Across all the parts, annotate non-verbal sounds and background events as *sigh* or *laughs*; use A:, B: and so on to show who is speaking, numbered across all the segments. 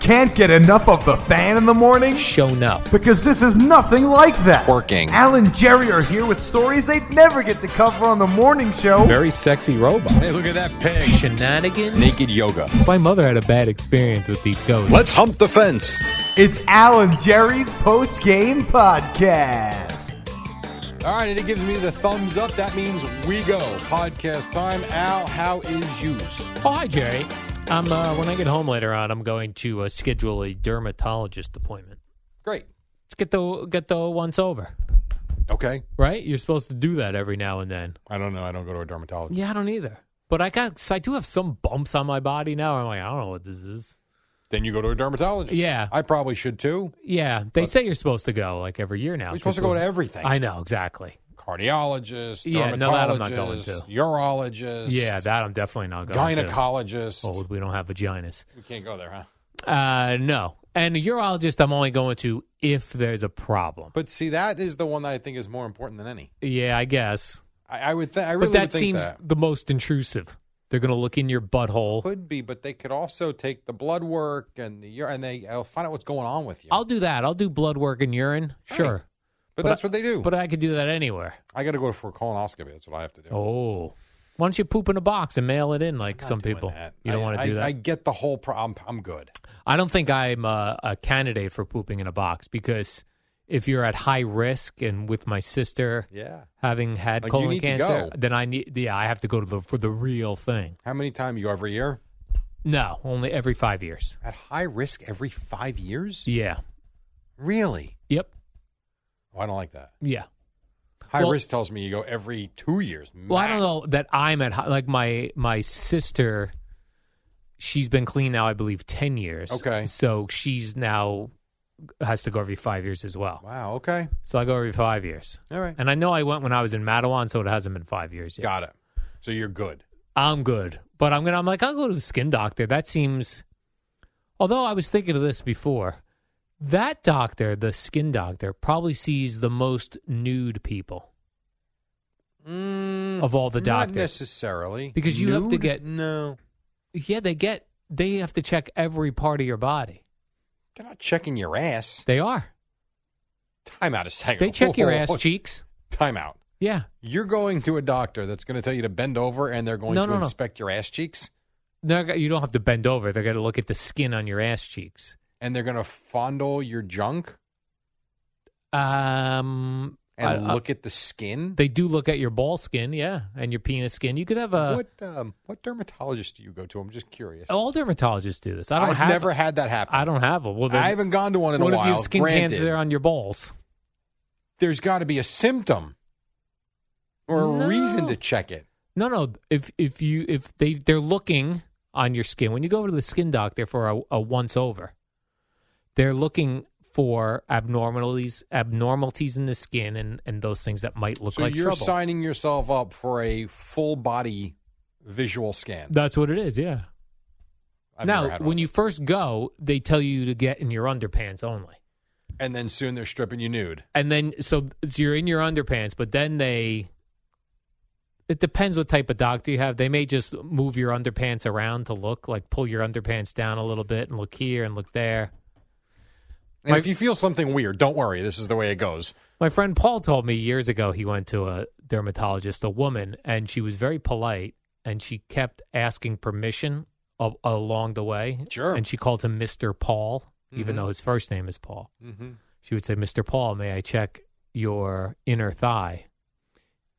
A: Can't get enough of the fan in the morning?
B: shown up.
A: Because this is nothing like that.
C: Working.
A: Al and Jerry are here with stories they'd never get to cover on the morning show.
B: Very sexy robot.
C: Hey, look at that pig.
B: Shenanigans.
C: Naked yoga.
B: My mother had a bad experience with these ghosts.
C: Let's hump the fence.
A: It's Al and Jerry's post game podcast.
C: All right, and it gives me the thumbs up. That means we go. Podcast time. Al, how is yours?
B: Oh, hi, Jerry. I'm uh, when I get home later on, I'm going to uh, schedule a dermatologist appointment.
C: Great.
B: Let's get the get the once over.
C: Okay.
B: Right? You're supposed to do that every now and then.
C: I don't know. I don't go to a dermatologist.
B: Yeah, I don't either. But I got 'cause I do have some bumps on my body now. I'm like, I don't know what this is.
C: Then you go to a dermatologist.
B: Yeah.
C: I probably should too.
B: Yeah, they say you're supposed to go like every year now.
C: You're supposed to go to everything.
B: I know exactly.
C: Cardiologist,
B: Yeah,
C: dermatologist,
B: no, that I'm not going to.
C: urologist.
B: Yeah, that I'm definitely not going. to.
C: gynecologist.
B: Oh, we don't have vaginas.
C: We can't go there, huh?
B: Uh, no. And a urologist, I'm only going to if there's a problem.
C: But see, that is the one that I think is more important than any.
B: Yeah, I guess.
C: I, I would. Th- I really
B: but
C: would
B: that
C: think
B: seems
C: that.
B: the most intrusive. They're going to look in your butthole.
C: Could be, but they could also take the blood work and the ur- and they will find out what's going on with you.
B: I'll do that. I'll do blood work and urine. Sure.
C: but,
B: but
C: that's what they do.
B: But I could do that anywhere.
C: I got to go for a colonoscopy. That's what I have to do.
B: Oh. Why don't you poop in a box and mail it in like
C: I'm not
B: some
C: doing
B: people?
C: that.
B: You don't
C: I-
B: want to
C: I-
B: do that?
C: I
B: I,
C: get the whole. Pro- I'm I'm good.
B: don't think I'm a, a candidate for pooping in a box because if you're at high risk and with my sister
C: Yeah.
B: having had
C: Like, you
B: colon
C: need to
B: cancer,
C: go.
B: then I need, yeah, I have to go to the, for the real thing.
C: How many times you go every year?
B: No, only every five years.
C: At high risk every five years?
B: Yeah.
C: Really?
B: Yep.
C: Oh, I don't like that.
B: Yeah.
C: High
B: Well-
C: risk tells me you go every two years.
B: Well, I don't
C: max.
B: know that I'm at hi- like my my sister. She's been clean now, I believe, ten years.
C: Okay.
B: So she's now has to go every five years as well.
C: Wow. Okay.
B: So I go every five years,
C: All right.
B: and I know I went when I was in Mattawan, so it hasn't been five years yet.
C: Got it. So you're good.
B: I'm good, but I'm gonna. I'm like, I'll go to the skin doctor. That seems. Although I was thinking of this before, that doctor, the skin doctor, probably sees the most nude people.
C: Mm,
B: Of all the
C: Not
B: doctors.
C: necessarily.
B: Because you have to
C: Nude?
B: get-
C: no.
B: Yeah, they get. They have to check every part of your body.
C: They're not checking your ass.
B: They are.
C: Time out a second.
B: They check your
C: Whoa,
B: ass
C: whoa.
B: cheeks.
C: Time out.
B: Yeah.
C: You're going to a doctor that's going to tell you to bend over and they're going
B: No,
C: to
B: no, no.
C: inspect your ass cheeks
B: They're go- you don't have to bend over. They're going to look at the skin on your ass cheeks.
C: and they're going to fondle your junk
B: Um, I-
C: and
B: I-
C: look at the skin.
B: they do look at your ball skin, yeah, and your penis skin. You could have a.
C: what um, what dermatologist do you go to? I'm just curious.
B: All dermatologists do this. Oh, I don't
C: I've
B: have.
C: never had that happen.
B: I don't have a. Well, then,
C: I haven't gone to one in
B: what
C: a
B: if you
C: while.
B: have skin
C: Granted,
B: cancer on your balls?
C: there's got to be a symptom or a reason
B: No.
C: to check it.
B: No, no. If if you if they they're looking on your skin when you go to the skin doctor for a, a once over, they're looking for abnormalities abnormalities in the skin and and those things that might look
C: so
B: like
C: you're
B: trouble.
C: signing yourself up for a full body visual scan.
B: That's what it is. Yeah.
C: I've never
B: now,
C: had
B: when
C: one.
B: you first go, they tell you to get in your underpants only,
C: and then soon they're stripping you nude.
B: and then so, so you're in your underpants, but then they. It depends what type of doctor you have. They may just move your underpants around to look like pull your underpants down a little bit and look here and look there.
C: And
B: My-
C: if you feel something weird, don't worry. This is the way it goes.
B: My friend Paul told me years ago he went to a dermatologist, a woman, and she was very polite and she kept asking permission a- along the way.
C: Sure.
B: And she called him Mr. Paul, even though his first name is Paul.
C: Mm-hmm.
B: She would say, Mr. Paul, may I check your inner thigh?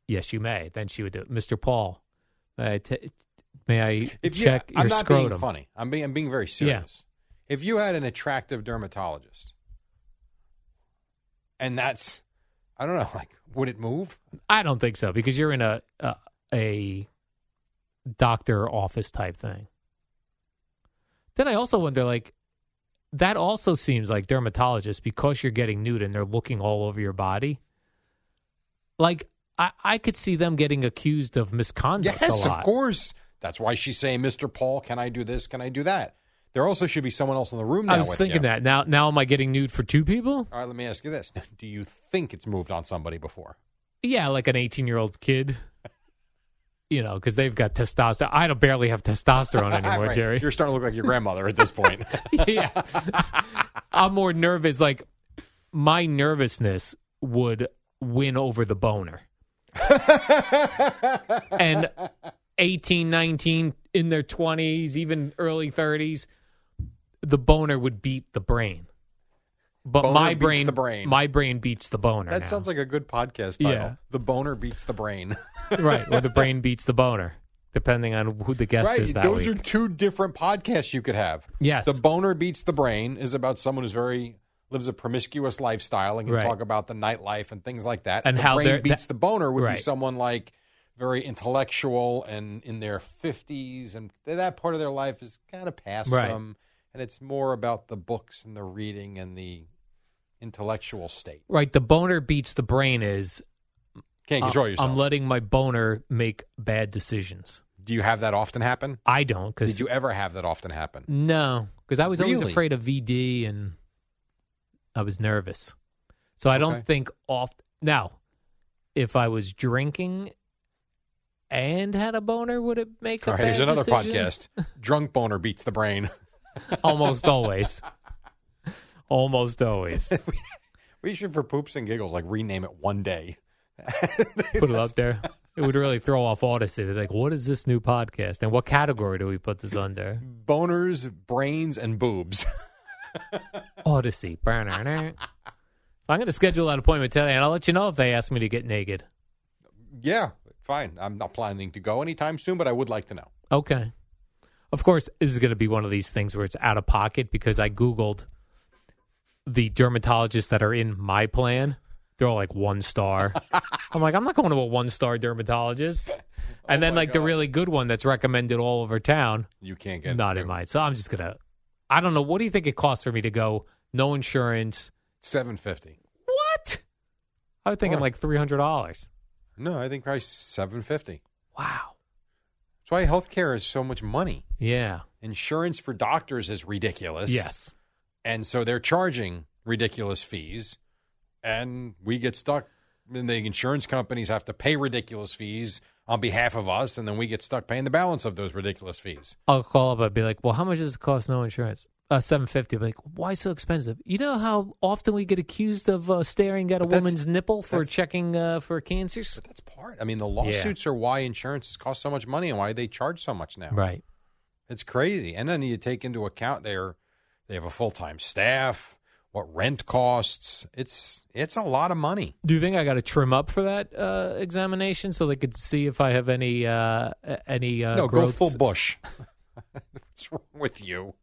B: Yes, you may. Then she would do, Mr. Paul, may I, t- may I
C: If you,
B: check your
C: I'm not
B: scrotum?
C: being funny. I'm being I'm being very serious. If you had an attractive dermatologist, and that's, I don't know, *laughs* like would it move?
B: I don't think so because you're in a, a, a doctor office type thing. Then I also wonder, like, that also seems like dermatologists because you're getting nude and they're looking all over your body. Like I, I could see them getting accused of misconduct. a
C: Yes,
B: lot.
C: of course. That's why she's saying, Mr. Paul, can I do this? Can I do that? There also should be someone else in the room now
B: I was
C: with
B: thinking
C: you.
B: that. Now, now am I getting nude for two people?
C: All right, let me ask you this. *laughs* Do you think it's moved on somebody before?
B: Yeah, like an 18 year old
C: *laughs*
B: kid. You know, because they've got testosterone. I don't barely have
C: *laughs*
B: testosterone anymore,
C: Right.
B: Jerry.
C: Ah, You're starting to look like your grandmother at this point.
B: *laughs* yeah. *laughs* I'm more nervous. Like, my nervousness would win over the
C: *laughs*
B: boner. and 18, 19, in their 20s, even early 30s, the boner would beat the brain. But
C: Boner
B: my
C: beats
B: brain,
C: the brain.
B: my brain beats the boner.
C: that
B: now.
C: sounds like a good podcast title.
B: Yeah.
C: The boner beats the brain.
B: right, or the brain beats the boner, depending on who the guest is
C: right.
B: that
C: Those
B: week.
C: are two different podcasts you could have.
B: Yes.
C: The boner beats the brain is about someone who's very lives a promiscuous lifestyle and can
B: Right.
C: talk about the nightlife and things like that.
B: And
C: the
B: how they're-
C: brain beats
B: that-
C: the boner would
B: Right.
C: be someone like very intellectual and in their fifties and th- that part of their life is kind of past
B: Right.
C: them. And it's more about the books and the reading and the intellectual state.
B: right, the boner beats the brain is
C: Can't control
B: I'm-
C: yourself.
B: Uh, I'm letting my boner make bad decisions.
C: Do you have that often happen?
B: I don't because
C: Did you ever have that often happen?
B: no, because I was always
C: Really?
B: afraid of VD and I was nervous. So I
C: Okay.
B: don't think off now. If I was drinking and had a boner, would it make a
C: All right, here's
B: bad
C: another
B: decision?
C: podcast. Drunk boner beats the brain.
B: *laughs* Almost
C: *laughs*
B: always. Almost always.
C: We should, for poops and giggles, like rename it one day.
B: *laughs* put it up there. It would really throw off Odyssey. They're like, what is this new podcast? And what category do we put this under?
C: Boners, brains, and boobs. *laughs*
B: Odyssey. *laughs* Burner. so I'm going to schedule that appointment today, and I'll let you know if they ask me to get naked.
C: yeah, fine. I'm not planning to go anytime soon, but I would like to know.
B: Okay. Of course, this is going to be one of these things where it's out of pocket because I Googled the dermatologists that are in my plan. They're all like one star. I'm like, I'm not going to a one star dermatologist. And then, like, the really good one that's recommended all over town.
C: You can't get
B: not
C: into
B: in mine. So I'm just gonna. I don't know. What do you think it costs for me to go? No insurance.
C: seven fifty.
B: What? I was thinking
C: What?
B: like three hundred dollars.
C: No, I think probably seven fifty.
B: Wow.
C: That's why healthcare is so much money.
B: Yeah.
C: Insurance for doctors is ridiculous.
B: Yes.
C: and so they're charging ridiculous fees, and we get stuck. And the insurance companies have to pay ridiculous fees on behalf of us, and then we get stuck paying the balance of those ridiculous fees.
B: I'll call up. I'd be like, "Well, how much does it cost? No insurance." Uh, seven fifty. Like, why so expensive? You know how often we get accused of uh, staring at a
C: But that's-
B: woman's nipple for
C: that's-
B: checking uh, for cancers.
C: But that's part. I mean, the lawsuits are why insurances cost so much money and why they charge so much now.
B: Right.
C: It's crazy. And then you take into account their they have a full time staff, what rent costs. It's it's a lot of money.
B: Do you think I got to trim up for that uh, examination so they could see if I have any uh, a- any uh,
C: no,
B: growths?
C: go full bush. *laughs* What's wrong with you?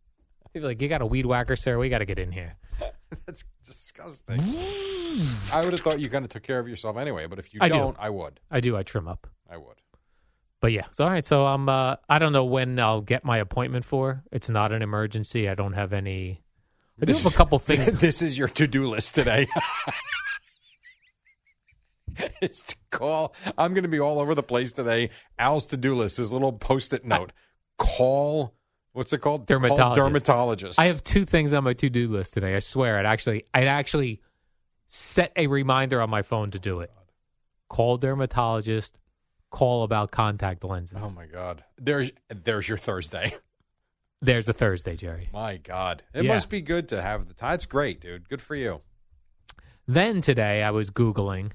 B: They'd be like, "You got a weed whacker, sir. We got to get in here."
C: That's disgusting. I would have thought you kind of took care of yourself anyway, but if you
B: Mm. I do.
C: don't, I would.
B: I do. I trim up.
C: I would.
B: But yeah, so all right. So I'm. Uh, I don't know when I'll get my appointment for. It's not an emergency. I don't have any. I do have a *laughs* couple things.
C: *laughs* this is your to-do list today. *laughs* it's to call. I'm going to be all over the place today. Al's to-do list, his little post-it note. call. What's it called? Call
B: Dermatologist.
C: dermatologist.
B: I have two things on my to do list today. I swear. I'd actually. I'd actually set a reminder on my phone to do it. Call dermatologist. Call about contact lenses.
C: Oh my god. There's there's your Thursday. *laughs*
B: There's a Thursday, Jerry.
C: My god. It
B: Yeah.
C: must be good to have the time. It's great, dude. Good for you.
B: Then today I was googling.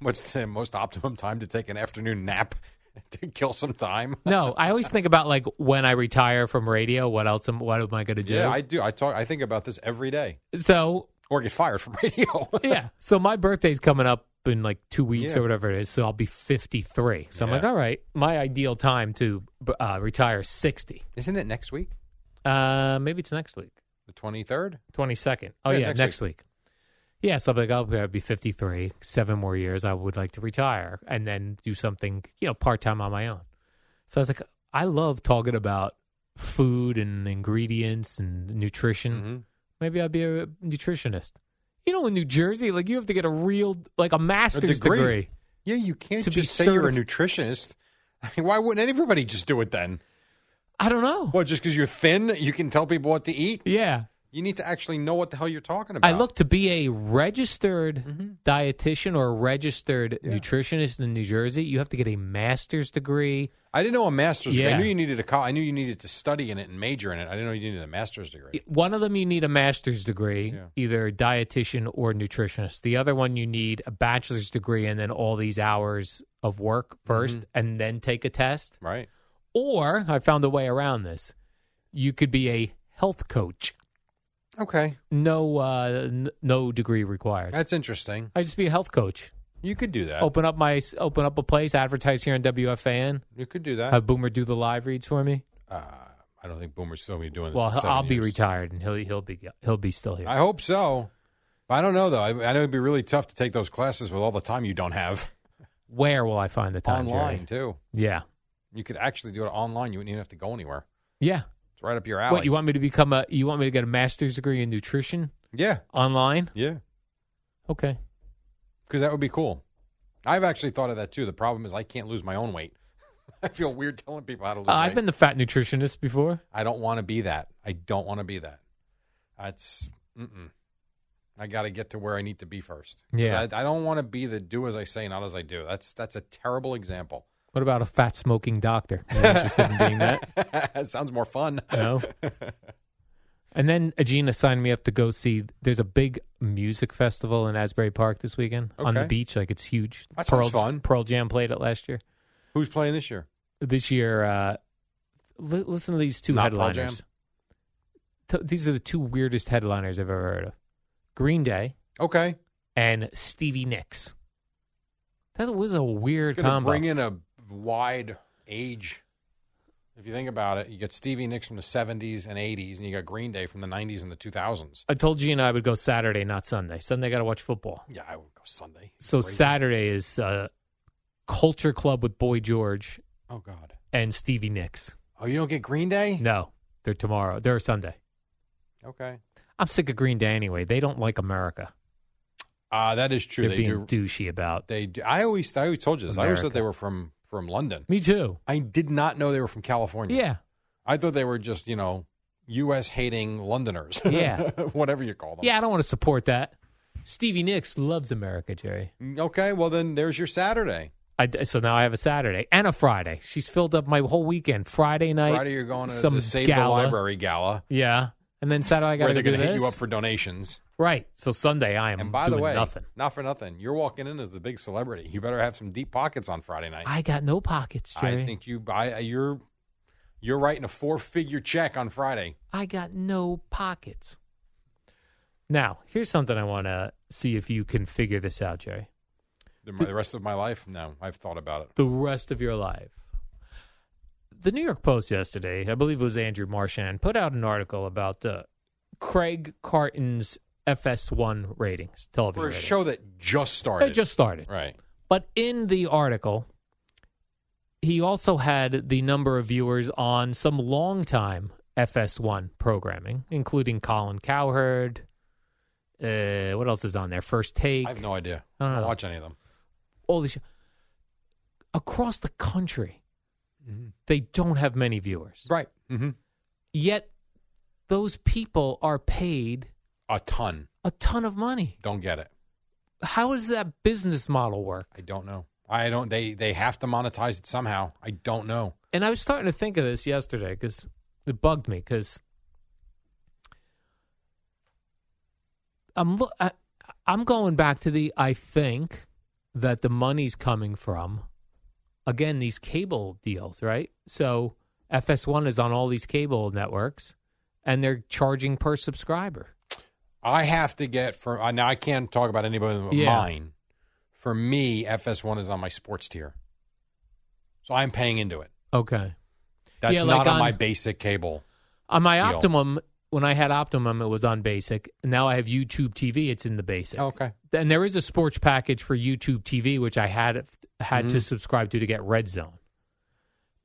C: What's the most optimum time to take an afternoon nap *laughs* to kill some time?
B: No, I always think about like when I retire from radio. What else? Am, what am I going to do?
C: Yeah, I do. I talk I think about this every day.
B: so
C: Or get fired from *laughs* radio.
B: yeah. *laughs* So my birthday's coming up in like two weeks
C: Yeah.
B: or whatever it is. So I'll be 53. So I'm like,
C: Yeah.
B: all right, my ideal time to uh, retire is 60.
C: Isn't it next week?
B: Uh, maybe it's next week,
C: The 23rd?
B: 22nd. Oh,
C: Yeah,
B: yeah,
C: next
B: next, week. Yeah. So I'm like, I'll, I'll be 53, seven more years. I would like to retire and then do something, you know, part time on my own. So I was like, I love talking about food and ingredients and nutrition.
C: Mhm.
B: Maybe I'd be a nutritionist. You know, in New Jersey, like you have to get a real, like a master's
C: degree.
B: degree.
C: Yeah, you can't
B: To be
C: just say you're a
B: certif-
C: nutritionist. *laughs* I mean, why wouldn't everybody just do it then?
B: I don't know.
C: Well, just because you're thin, you can tell people what to eat.
B: Yeah.
C: You need to actually know what the hell you're talking about.
B: I look to be a registered
C: Mm-hmm.
B: dietitian or a registered nutritionist in New Jersey. You have to get a master's degree.
C: I didn't know a master's degree.
B: Yeah.
C: I knew you needed a col- I knew you needed to study in it and major in it. I didn't know you needed a master's degree.
B: One of them you need a master's degree,
C: Yeah.
B: either dietitian or nutritionist. The other one you need a bachelor's degree and then all these hours of work 1st
C: Mm-hmm.
B: and then take a test.
C: Right.
B: Or I found a way around this. You could be a health coach.
C: Okay.
B: No uh, n- no degree required.
C: That's interesting.
B: I just be a health coach.
C: You could do that.
B: Open up my open up a place, advertise here on WFAN.
C: You could do that.
B: Have Boomer do the live reads for me.
C: uh, I don't think Boomer's still gonna be doing this.
B: Well,
C: in
B: he'll-
C: seven
B: I'll be
C: years.
B: retired, and he'll he'll be he'll be still here.
C: I hope so. I don't know though. I, I know it'd be really tough to take those classes with all the time you don't have
B: Where will I find the time? Jerry?
C: online too.
B: Yeah,
C: You could actually do it online. You wouldn't even have to go anywhere.
B: yeah.
C: It's right up your alley.
B: What you want me to become a? You want me to get a master's degree in nutrition
C: yeah,
B: online?
C: yeah.
B: Okay.
C: Because that would be cool. I've actually thought of that too. The problem is I can't lose my own weight. *laughs* I feel weird telling people how to lose.
B: Uh,
C: weight.
B: I've been the fat nutritionist before.
C: I don't want to be that. I don't want to be that. That's. Mm-mm. I got to get to where I need to be first. 'Cause
B: Yeah.
C: I, I don't want to be the do as I say, not as I do. That's that's a terrible example.
B: What about a fat smoking doctor? Are you interested in being that?
C: *laughs* Sounds
B: *laughs*
C: more fun. *laughs*
B: No. And then Agena signed me up to go see. There's a big music festival in Asbury Park this weekend on the
C: Okay.
B: beach. Like it's huge.
C: That
B: Pearl,
C: sounds fun.
B: Pearl Jam played it last year.
C: Who's playing this year?
B: this year. Uh, li- listen to these two
C: Not Pearl
B: headliners. T- these are the two weirdest headliners I've ever heard of: Green Day
C: Okay,
B: and Stevie Nicks. That was a weird
C: gonna
B: combo.
C: bring in a wide age. If you think about it, you got Stevie Nicks from the '70s and '80s, and you got Green Day from the '90s and the 2000s.
B: I told Gina I would go Saturday, not Sunday. Sunday, got to watch football.
C: Yeah, I would go Sunday.
B: So
C: Crazy.
B: Saturday is uh, Culture Club with Boy George
C: Oh God.
B: and Stevie Nicks.
C: Oh, you don't get Green Day?
B: No, they're tomorrow. They're Sunday.
C: Okay.
B: I'm sick of Green Day anyway. They don't like America.
C: Uh, that is true.
B: they're
C: they do.
B: being douchey about.
C: They do. I always, I always told you this. I always thought
B: America.
C: they were from from London.
B: Me too.
C: I did not know they were from California.
B: Yeah.
C: I thought they were just you know, U.S. hating Londoners.
B: Yeah.
C: *laughs* whatever you call them.
B: Yeah, I don't want to support that. Stevie Nicks loves America, Jerry.
C: Okay, well then there's your Saturday.
B: I d so now I have a Saturday and a Friday. She's filled up my whole weekend. Friday night.
C: Friday you're going to
B: some
C: the Save
B: gala.
C: the Library Gala
B: Yeah. And then Saturday I got
C: where
B: to
C: they're
B: do
C: going to hit
B: this.
C: you up for donations.
B: right. So Sunday I am
C: And by
B: doing
C: the way,
B: nothing.
C: not for nothing, you're walking in as the big celebrity. You better have some deep pockets on Friday night.
B: I got no pockets, Jerry.
C: I think you, I, you're, you're writing a four-figure check on Friday.
B: I got no pockets. Now, here's something I want to see if you can figure this out, Jerry.
C: The, the rest of my life? No, I've thought about it.
B: the rest of your life. The New York Post yesterday, I believe it was Andrew Marchand, put out an article about uh, Craig Carton's FS1 ratings, television
C: For a
B: ratings.
C: show that just started.
B: it just started.
C: right.
B: But in the article, he also had the number of viewers on some longtime FS1 programming, including Colin Cowherd. Uh, what else is on there? First Take.
C: I have no idea.
B: I
C: I
B: don't
C: don't
B: know.
C: watch any of them.
B: all these across the country they don't have many viewers
C: Right. hmm
B: yet those people are paid
C: A ton.
B: a ton of money
C: Don't get it.
B: how does that business model work
C: I don't know. I don't. They they have to monetize it somehow. I don't know.
B: and i was starting to think of this yesterday because it bugged me because i'm look I, i'm going back to the i think that the money's coming from again these cable deals, right? So FS1 is on all these cable networks, and they're charging per subscriber.
C: I have to get for uh, now. I can't talk about anybody but
B: Yeah.
C: mine. For me, FS1 is on my sports tier, so I'm paying into it.
B: Okay.
C: That's
B: Yeah,
C: not
B: like
C: on,
B: on-
C: my basic cable.
B: On my
C: Deal.
B: Optimum, when I had Optimum, it was on basic. Now I have YouTube TV; it's in the basic.
C: Okay,
B: And there is a sports package for
C: Mm-hmm.
B: YouTube TV, which I had had to subscribe to to get Red Zone.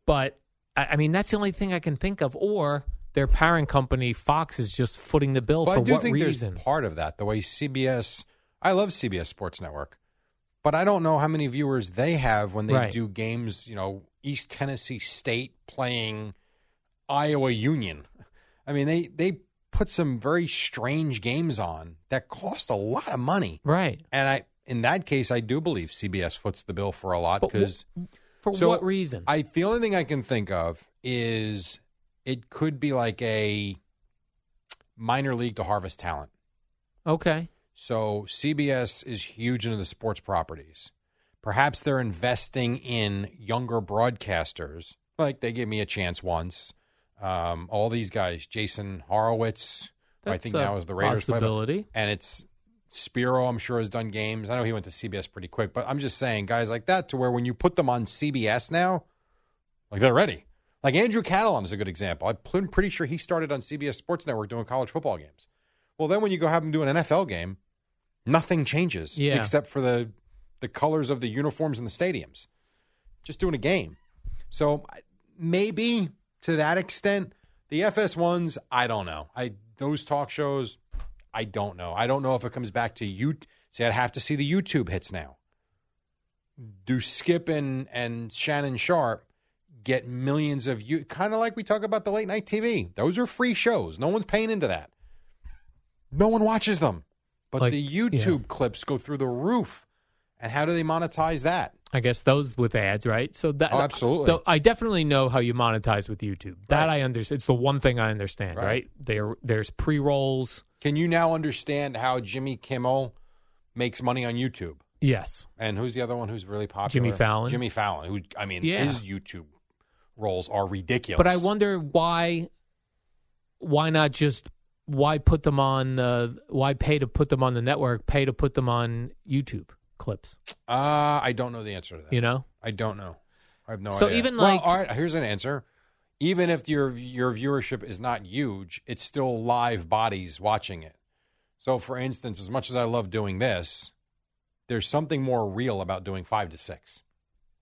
B: But I, I mean, that's the only thing I can think of. Or their parent company, Fox, is just footing the bill
C: But
B: for
C: I do
B: what
C: think
B: reason?
C: there's part of that. The way CBS, I love CBS Sports Network, but I don't know how many viewers they have when they
B: Right.
C: do games. You know, East Tennessee State playing Iowa Union. I mean, they they put some very strange games on that cost a lot of money,
B: Right.
C: and I. In that case, I do believe CBS foots the bill for a lot
B: But wh-
C: because
B: For
C: So,
B: what reason?
C: I the only thing I can think of is it could be like a minor league to harvest talent.
B: okay.
C: So CBS is huge into the sports properties. Perhaps they're investing in younger broadcasters. Like they gave me a chance once. Um, all these guys, Jason Horowitz, who I
B: That's
C: think
B: a
C: now is the Raiders play, but-
B: possibility.
C: and it's Spiro. I'm sure has done games. I know he went to CBS pretty quick, but I'm just saying, guys like that, to where when you put them on CBS now, like they're ready. Like Andrew Catalan is a good example. I'm pl- pretty sure he started on CBS Sports Network doing college football games. Well, then when you go have him do an NFL game, nothing changes
B: Yeah.
C: except for the the colors of the uniforms in the stadiums. Just doing a game. So I- maybe to that extent, the FS1s, I don't know. I those talk shows, I don't know. I don't know if it comes back to you. See, I'd have to see the YouTube hits now. Do Skip and, and Shannon Sharp get millions of you? Kind of like we talk about the late night TV. Those are free shows. No one's paying into that. No one watches them. But
B: Like,
C: the
B: yeah.
C: YouTube clips go through the roof. And how do they monetize that?
B: I guess those with ads, right? So that
C: Oh, absolutely.
B: though I definitely know how you monetize with YouTube. That
C: Right.
B: I understand. It's the one thing I understand,
C: Right.
B: right? There, there's pre rolls.
C: Can you now understand how Jimmy Kimmel makes money on YouTube?
B: Yes,
C: And who's the other one who's really popular?
B: Jimmy Fallon.
C: Jimmy Fallon, who I mean,
B: Yeah.
C: his YouTube roles are ridiculous.
B: but I wonder why. Why not just why put them on? Uh, why pay to put them on the network? Pay to put them on YouTube clips.
C: Uh, I don't know the answer to that.
B: You know,
C: I don't know. I have no
B: So
C: idea.
B: even
C: Well,
B: like-
C: all right, here's an answer. Even if your your viewership is not huge, it's still live bodies watching it. So, for instance, as much as I love doing this, there's something more real about doing five to six.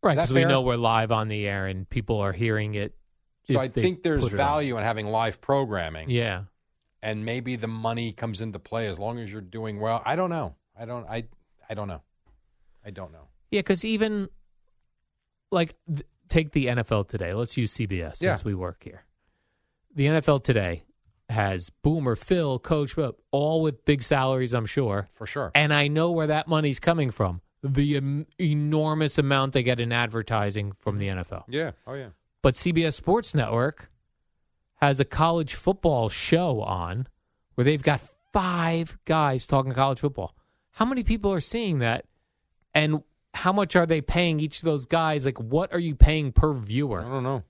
B: right?
C: that
B: Because we
C: fair?
B: know we're live on the air and people are hearing it.
C: So,
B: if
C: I
B: they
C: think there's
B: put it on.
C: value in having live programming.
B: Yeah.
C: and maybe the money comes into play as long as you're doing well. I don't know. I don't. I. I don't know. I don't know.
B: Yeah, because even like th- take the NFL today. Let's use CBS
C: Yeah.
B: since we work here. The NFL today has Boomer, Phil, Coach, but all with big salaries, I'm sure.
C: For sure.
B: And I know where that money's coming from. The em- enormous amount they get in advertising from the NFL.
C: yeah. Oh yeah.
B: But CBS Sports Network has a college football show on where they've got five guys talking college football. How many people are seeing that? And how much are they paying each of those guys? Like, what are you paying per
C: I
B: viewer?
C: don't know.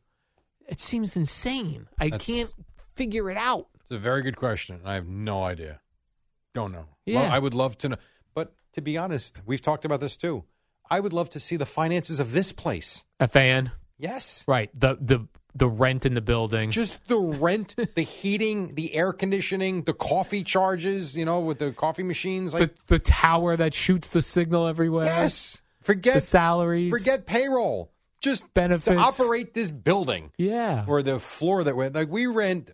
B: It seems insane. I
C: That's-
B: can't figure it out.
C: It's a very good question. I have no idea. Don't know.
B: Yeah.
C: Well, I would love to know. But to be honest, we've talked about this too. I would love to see the finances of this place.
B: A fan,
C: Yes.
B: right? The the the rent in the building.
C: Just the rent, *laughs* the heating, the air conditioning, the coffee charges, you know, with the coffee machines.
B: the,
C: Like,
B: the tower that shoots the signal everywhere.
C: yes.
B: uh, The
C: Forget
B: salaries.
C: Forget payroll. Just
B: Benefits.
C: to operate this building
B: Yeah.
C: or the floor that we're like we rent.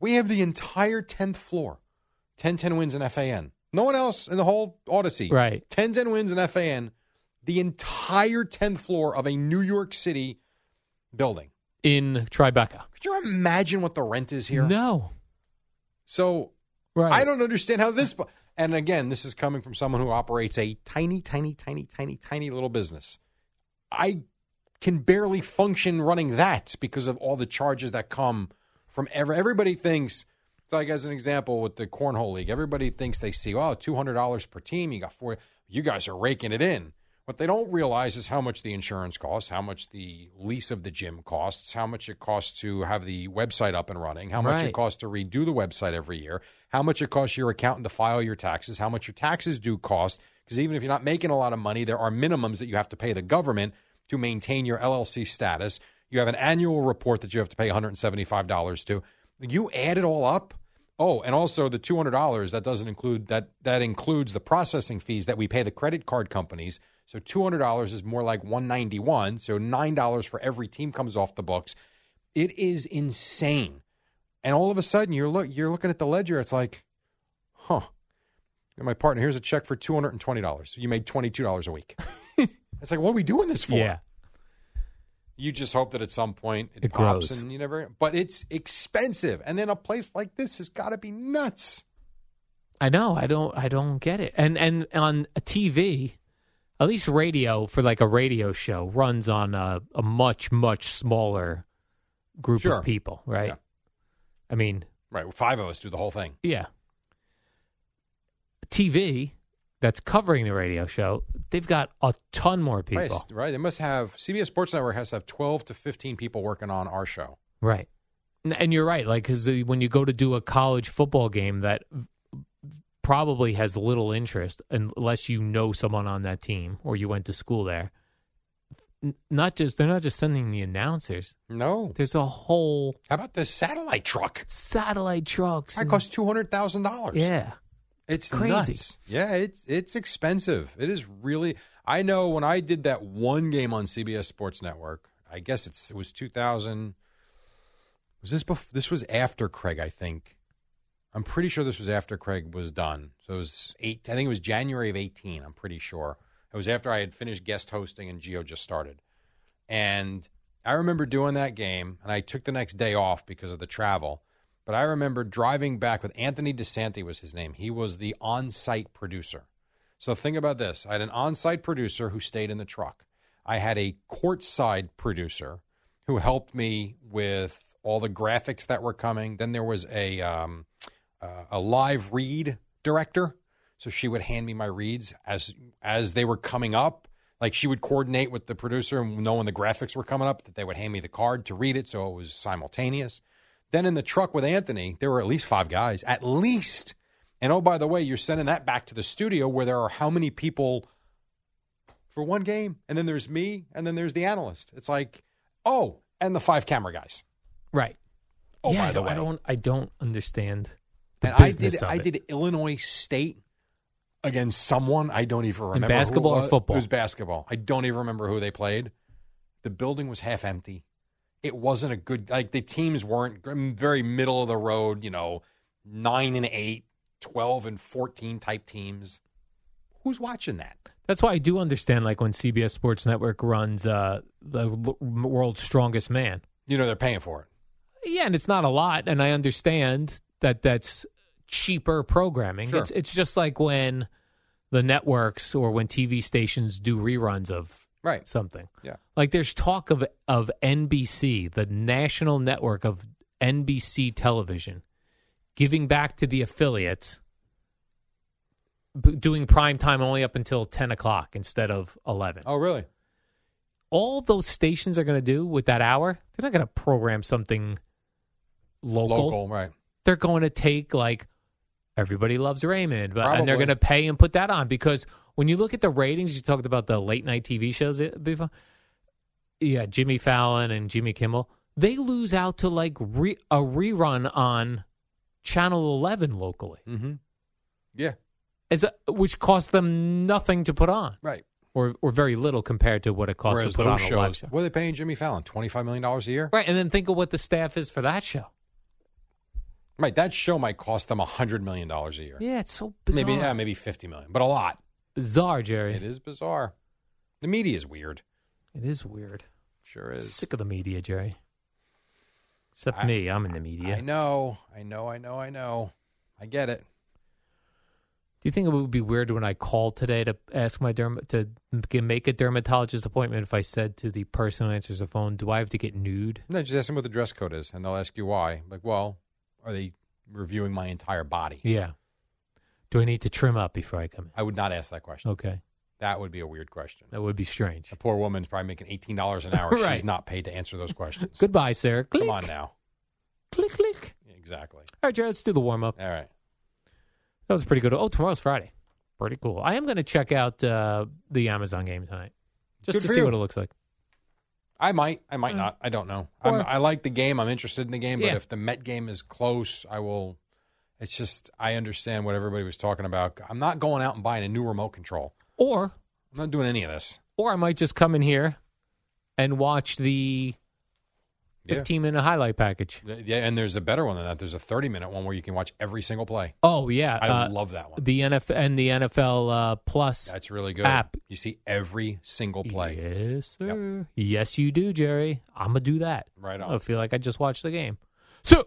C: We have the entire tenth floor. 10-10 wins in FAN. No one else in the whole Odyssey.
B: Right.
C: 10-10 wins in FAN. The entire tenth floor of a New York City building.
B: In Tribeca.
C: Could you imagine what the rent is here?
B: No.
C: So
B: Right.
C: I don't understand how this. And again, this is coming from someone who operates a tiny, tiny, tiny, tiny, tiny little business. I can barely function running that because of all the charges that come from ever. Everybody thinks. It's like as an example with the cornhole league, everybody thinks they see oh two hundred dollars per team. You got four. You guys are raking it in. What they don't realize is how much the insurance costs, how much the lease of the gym costs, how much it costs to have the website up and running, how much it
B: Right.
C: costs to redo the website every year, how much it costs your accountant to file your taxes, how much your taxes do cost. Because even if you're not making a lot of money, there are minimums that you have to pay the government to maintain your LLC status. You have an annual report that you have to pay $175 to. You add it all up. Oh, and also the two hundred dollars that doesn't include that that includes the processing fees that we pay the credit card companies. So two hundred dollars is more like one ninety one. So nine dollars for every team comes off the books. It is insane. And all of a sudden, you're look you're looking at the ledger. It's like, huh. And my partner, here's a check for two hundred and twenty dollars. You made twenty two dollars
B: *laughs*
C: a week. it's like, what are we doing this for?
B: Yeah.
C: You just hope that at some point it,
B: It
C: pops
B: grows.
C: and you never. But it's expensive, and then a place like this has got to be nuts.
B: I know. I don't. I don't get it. And and on TV, at least radio for like a radio show runs on a, a much much smaller group
C: Sure.
B: of people, right?
C: Yeah.
B: I mean,
C: Right, five of us do the whole thing.
B: yeah. TV that's covering the radio show, they've got a ton more people,
C: Right, it's- right, they must have CBS Sports Network has to have twelve to fifteen people working on our show.
B: right? N- And you're right, like because when you go to do a college football game that probably has little interest unless you know someone on that team or you went to school there. N- Not just they're not just sending the announcers.
C: No,
B: There's a whole
C: how about the satellite truck?
B: satellite trucks.
C: That
B: and-
C: costs two hundred thousand dollars.
B: yeah,
C: It's
B: crazy.
C: nuts. Yeah, it's it's expensive. It is really. I know when I did that one game on CBS Sports Network. I guess it's it was 2000. Was this before? This was after Craig, I think. I'm pretty sure this was after Craig was done. So it was eight. I think it was January of 18. I'm pretty sure it was after I had finished guest hosting and Geo just started. And I remember doing that game, and I took the next day off because of the travel. But I remember driving back with Anthony DeSanti was his name. He was the on-site producer. So think about this. I had an on-site producer who stayed in the truck. I had a courtside producer who helped me with all the graphics that were coming. Then there was a um, uh, a live read director, so she would hand me my reads as as they were coming up. Like she would coordinate with the producer and know when the graphics were coming up that they would hand me the card to read it, so it was simultaneous. Then in the truck with Anthony, there were at least five guys, at least. And oh, by the way, you're sending that back to the studio where there are how many people for one game? And then there's me, and then there's the analyst. It's like, oh, and the five camera guys.
B: right.
C: Oh,
B: yeah,
C: by the
B: I
C: way.
B: don't. I don't understand. the
C: and I
B: business
C: did
B: of
C: I
B: it.
C: did Illinois State against someone. I don't even remember. who it
B: basketball or
C: was.
B: football?
C: It was basketball. I don't even remember who they played. The building was half empty. It wasn't a good like the teams weren't gr- very middle of the road, you know, 9 and 8, 12 and 14 type teams. Who's watching that?
B: That's why I do understand, like when CBS Sports Network runs uh, the l- world's strongest man.
C: You know they're paying for it.
B: Yeah, and it's not a lot, and I understand that that's cheaper programming.
C: Sure.
B: It's it's just like when the networks or when TV stations do reruns of
C: Right.
B: something.
C: Yeah.
B: Like there's talk of of NBC, the national network of NBC television, giving back to the affiliates, b- doing prime time only up until ten o'clock instead of eleven
C: Oh, really?
B: all those stations are going to do with that hour, they're not going to program something local.
C: Local, right.
B: They're going to take like everybody loves Raymond, but and they're
C: Probably.
B: going to pay and put that on because when you look at the ratings, you talked about the late night TV shows eh, before. Yeah, Jimmy Fallon and Jimmy Kimmel, they lose out to like re- a rerun on Channel 11 locally,
C: Mhm. Yeah,
B: as a, which costs them nothing to put on,
C: right.
B: or or very little compared to what it costs
C: Whereas
B: to put
C: those
B: on a live
C: shows,
B: show.
C: what are they paying Jimmy Fallon? $25 million a year?
B: Right, and then think of what the staff is for that show.
C: Right, that show might cost them hundred million dollars a year.
B: Yeah, it's so bizarre.
C: Maybe yeah, maybe fifty million, but a lot.
B: bizarre, Jerry.
C: It is bizarre. The media is weird.
B: It is weird.
C: Sure is.
B: Sick of the media, Jerry. Except
C: I-
B: me, I'm in the media.
C: I know, I know, I know, I know. I get it.
B: Do you think it would be weird when I called today to ask my derm to g- make a dermatologist appointment if I said to the person who answers the phone, "Do I have to get nude?"
C: No, just ask them what the dress code is, and they'll ask you why. Like, well, are they reviewing my entire body?
B: Yeah. Do I need to trim up before I come
C: I would not ask that question.
B: in? Okay,
C: That would be a weird question.
B: that would be strange.
C: The poor woman's probably making eighteen dollars an hour.
B: *laughs* Right.
C: She's not paid to answer those questions.
B: Goodbye, sir. Click,
C: Come on now.
B: click, click.
C: Exactly.
B: All right, Jerry, let's do the warm up.
C: All right.
B: That was pretty good. Oh, tomorrow's Friday. Pretty cool. I am going to check out uh, the Amazon game tonight just
C: Good
B: to
C: for
B: see
C: you.
B: what it looks like.
C: I might. I might not. I don't know. I'm,
B: Or-
C: I like the game. I'm interested in the game.
B: Mm. Yeah.
C: But if the Met game is close, I will. It's just I understand what everybody was talking about. I'm not going out and buying a new remote control.
B: Or
C: I'm not doing any of this.
B: or I might just come in here and watch the
C: Yeah.
B: 15 minute highlight package.
C: Yeah, and there's a better one than that. There's a 30 minute one where you can watch every single play.
B: Oh yeah,
C: I
B: uh,
C: love that one.
B: the NFL and the NFL uh, Plus
C: That's really good.
B: app.
C: You see every single play.
B: Yes, sir. Yes, you do, Jerry. I'm gonna do that.
C: Right
B: I
C: on.
B: feel like I just watched the game. So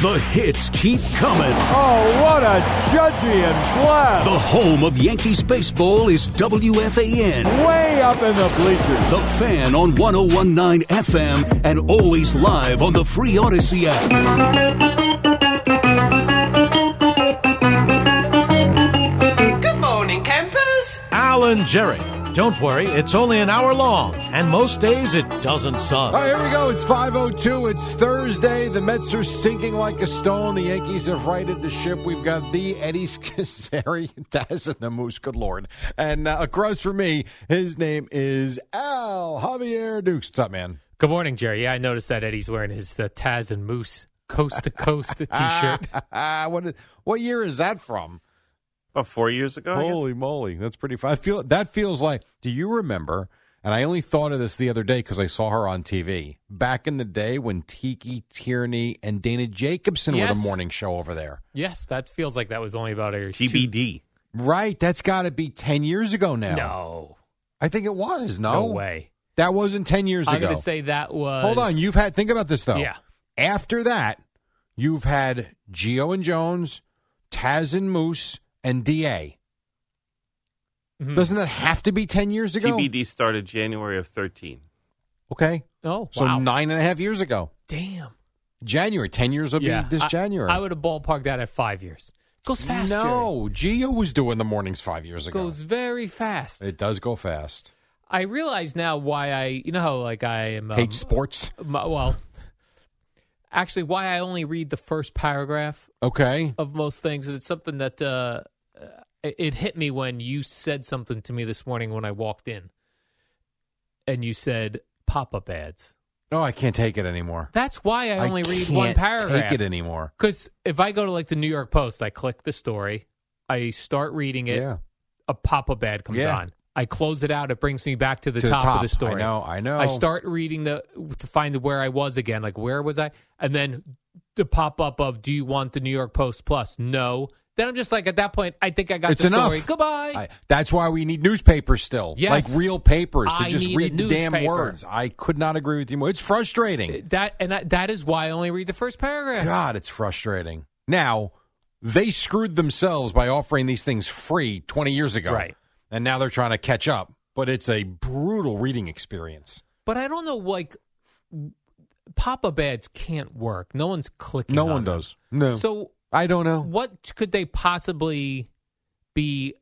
D: The hits keep coming.
E: Oh, what a judgy and blast!
D: The home of Yankees baseball is WFAN.
E: Way up in the bleachers.
D: The fan on 1019 FM and always live on the free Odyssey app.
E: Alan Jerry. Don't worry, it's only an hour long, and most days it doesn't
C: All
E: suck.
C: right, here we go. It's 5.02. It's Thursday. The Mets are sinking like a stone. The Yankees have righted the ship. We've got the Eddie *laughs* Scazzeri, Daz, and the Moose. Good Lord. And uh, across from me, his name is Al Javier Dukes. What's up, man?
B: good morning, Jerry. Yeah, I noticed that Eddie's wearing his uh, Taz and Moose coast to coast
C: *laughs*
B: T-shirt.
C: what, is, what year is that from?
F: About four years ago.
B: Oh,
F: I guess.
C: Holy moly, that's pretty fun. I feel that feels like. Do you remember? And I only thought of this the other day because I saw her on TV back in the day when Tiki Tierney and Dana Jacobson were
B: Yes.
C: the morning show over there.
B: yes, that feels like that was only about a two-
F: TBD.
C: Right, that's got to be ten years ago now.
B: No,
C: I think it was. No,
B: no way.
C: that wasn't ten years
B: I'm
C: ago.
B: gonna say that was.
C: Hold on, you've had think about this though.
B: Yeah.
C: After that, you've had Geo and Jones, Taz and Moose, and Da.
B: Mhm.
C: Doesn't that have to be ten years ago?
F: TBD started January of 13.
C: Okay.
B: Oh
C: So
B: wow!
C: nine and a half years ago,
B: Damn.
C: January, ten years will
B: Yeah,
C: be this
B: I-
C: January.
B: I, would have ballparked that at five years. Goes fast.
C: no, Geo was doing the mornings five years
B: Jerry.
C: ago.
B: goes very fast.
C: it does go fast.
B: I realize now why I, you know, how like I am. um,
C: Hate sports.
B: my, well, actually, why I only read the first paragraph
C: Okay.
B: of most things is it's something that uh, uh, it- it hit me when you said something to me this morning when I walked in, and you said pop-up ads.
C: Oh, I can't take it anymore.
B: That's why I only read one
C: can't
B: paragraph.
C: Take it anymore.
B: Because if I go to like the New York Post, I click the story, I start reading it,
C: Yeah.
B: a pop up ad comes
C: Yeah.
B: on. I close it out, it brings me back to the,
C: To the
B: top,
C: top.
B: of the story.
C: I know, I know.
B: I start reading the to find where I was again, like where was I? And then the pop up of do you want the New York Post Plus? No. Then I'm just like at that point, I think I got
C: It's
B: the
C: enough.
B: story. Goodbye.
C: I, that's why we need newspapers still,
B: Yes.
C: like real papers to
B: I
C: just
B: need a
C: read the damn
B: newspaper.
C: words. I could not agree with you more. It's frustrating.
B: that and that, that is why I only read the first paragraph.
C: God, it's frustrating. Now, they screwed themselves by offering these things free 20 years ago.
B: Right.
C: And now they're trying to catch up, but it's a brutal reading experience.
B: But I don't know like pop up ads can't work. No one's clicking
C: no
B: on
C: one
B: them.
C: does. No.
B: So
C: I don't know.
B: what could they possibly be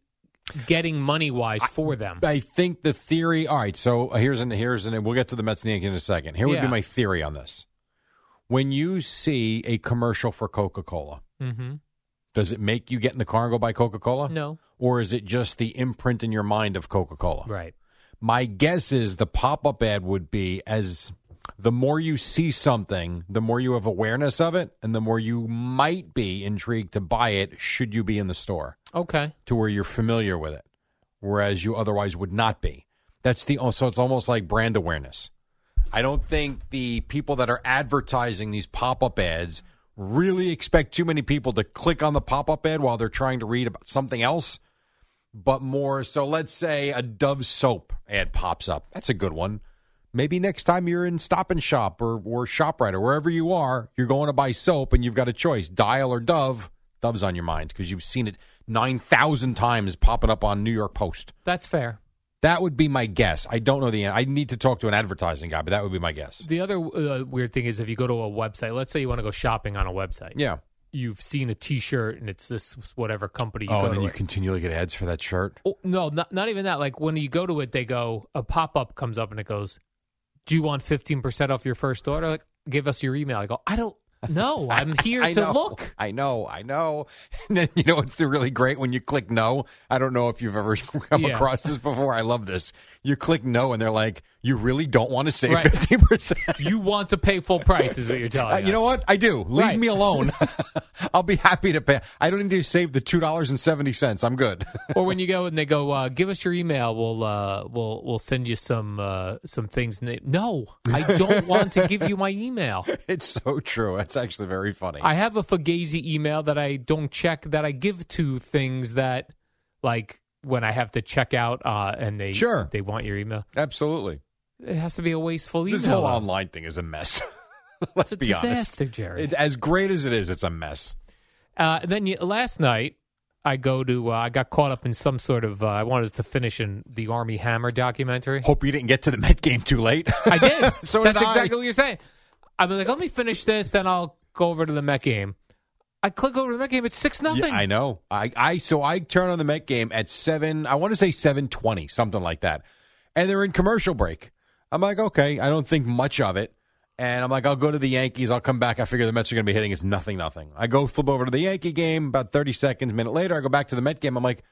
B: getting money wise for them?
C: I think the theory. All right, so here's an here's an. We'll get to the Mets and Yankees in a second. Here would
B: Yeah.
C: be my theory on this. When you see a commercial for Coca Cola,
B: Mm-hmm.
C: does it make you get in the car and go buy Coca Cola?
B: No,
C: Or is it just the imprint in your mind of Coca Cola?
B: right?
C: my guess is the pop up ad would be as the more you see something, the more you have awareness of it, and the more you might be intrigued to buy it should you be in the store
B: Okay,
C: to where you're familiar with it, whereas you otherwise would not be. That's the oh, so it's almost like brand awareness. I don't think the people that are advertising these pop up ads really expect too many people to click on the pop up ad while they're trying to read about something else. but more. So let's say a Dove soap ad pops up. That's a good one. Maybe next time you're in Stop and Shop or, or ShopRite or wherever you are, you're going to buy soap and you've got a choice Dial or Dove. Dove's on your mind because you've seen it 9,000 times popping up on New York Post.
B: That's fair.
C: That would be my guess. I don't know the. I need to talk to an advertising guy, but that would be my guess.
B: The other uh, weird thing is if you go to a website, let's say you want to go shopping on a website.
C: Yeah.
B: You've seen a T-shirt and it's this whatever company. You
C: oh,
B: go
C: and
B: to
C: then you
B: it.
C: continually get ads for that shirt.
B: Oh, no, not, not even that. Like when you go to it, they go a pop up comes up and it goes, "Do you want fifteen percent off your first order? Like, give us your email." I go, "I don't know. I'm here
C: *laughs* I
B: to
C: know.
B: look."
C: I know, I know. *laughs* And then you know it's really great when you click no. I don't know if you've ever *laughs* come
B: Yeah.
C: across this before. I love this. You click no, and they're like, "You really don't want to save
B: Right.
C: fifteen percent."
B: You want to pay full price, is what you're telling.
C: *laughs* Uh, you know
B: us.
C: what? I do. Leave
B: Right. *laughs*
C: me alone. *laughs* I'll be happy to pay. I don't need to save the two dollars and seventy cents. I'm good. *laughs*
B: or when you go and they go, uh, "Give us your email. We'll uh, we'll we'll send you some uh, some things." And they- no, I
C: *laughs*
B: don't want to give you my email.
C: it's so true. That's actually very funny.
B: I have a Fugazi email that I don't check that I give to things that like when I have to check out uh, and they
C: Sure.
B: they want your email.
C: Absolutely.
B: It has to be a wasteful email.
C: This whole
B: though.
C: online thing is a mess. *laughs* Let's be
B: disaster,
C: honest.
B: Jerry.
C: It, as great as it is, it's a mess.
B: Uh, and then you, last night, I go to. Uh, I got caught up in some sort of. Uh, I wanted us to finish in the Army Hammer documentary.
C: Hope you didn't get to the Met game too late. *laughs*
B: I did.
C: So
B: that's
C: did I.
B: exactly what you're saying. I'm like, let me finish this, then I'll go over to the Met game. I click over to the Met game. It's six nothing.
C: Yeah, I know. I, I so I turn on the Met game at seven. I want to say seven twenty, something like that. And they're in commercial break. I'm like, okay, I don't think much of it. And I'm like, I'll go to the Yankees. I'll come back. I figure the Mets are going to be hitting. It's nothing, nothing. I go flip over to the Yankee game. About thirty seconds, minute later, I go back to the Met game. I'm like,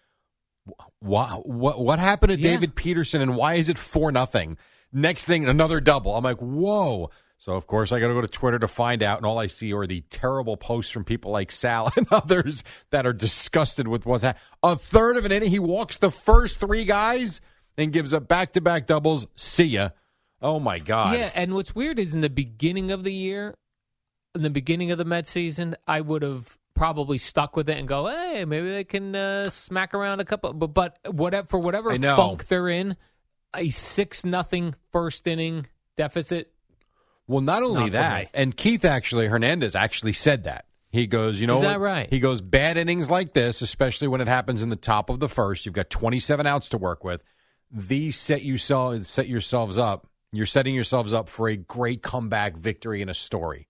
C: wow, what what happened to
B: Yeah.
C: David Peterson and why is it four nothing? Next thing, another double. I'm like, whoa. So of course I got to go to Twitter to find out, and all I see are the terrible posts from people like Sal *laughs* and others that are disgusted with what's happening. A third of an inning, he walks the first three guys and gives up back to back doubles. See ya. Oh my god.
B: Yeah, and what's weird is in the beginning of the year, in the beginning of the Met season, I would have probably stuck with it and go, hey, maybe they can uh, smack around a couple. But but whatever for whatever
C: I know.
B: funk they're in, a six nothing first inning deficit.
C: Well, not
B: Not
C: only
B: for
C: that,
B: me.
C: and Keith actually Hernandez actually said that. He goes, you know,
B: Is that
C: what?
B: right?
C: He goes, bad innings like this, especially when it happens in the top of the first. You've got 27 outs to work with. These set you sel- set yourselves up. You're setting yourselves up for a great comeback victory and a story.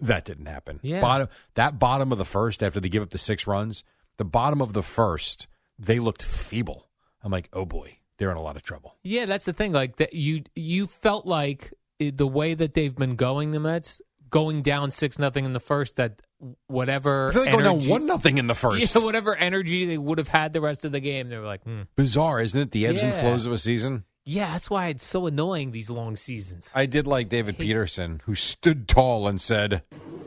C: That didn't happen.
B: Yeah.
C: Bottom that bottom of the first after they give up the six runs, the bottom of the first, they looked feeble. I'm like, oh boy, they're in a lot of trouble.
B: Yeah, that's the thing. Like that, you you felt like it, the way that they've been going, the Mets going down six nothing in the first. That whatever
C: I feel like going down
B: energy-
C: one nothing in the
B: *laughs*
C: first.
B: Yeah, whatever energy they would have had the rest of the game, they were like, hmm.
C: Bizarre, isn't it? The ebbs and
B: Yeah.
C: flows of a season.
B: yeah, that's why it's so annoying these long seasons.
C: I did like David Peterson, who stood tall and said,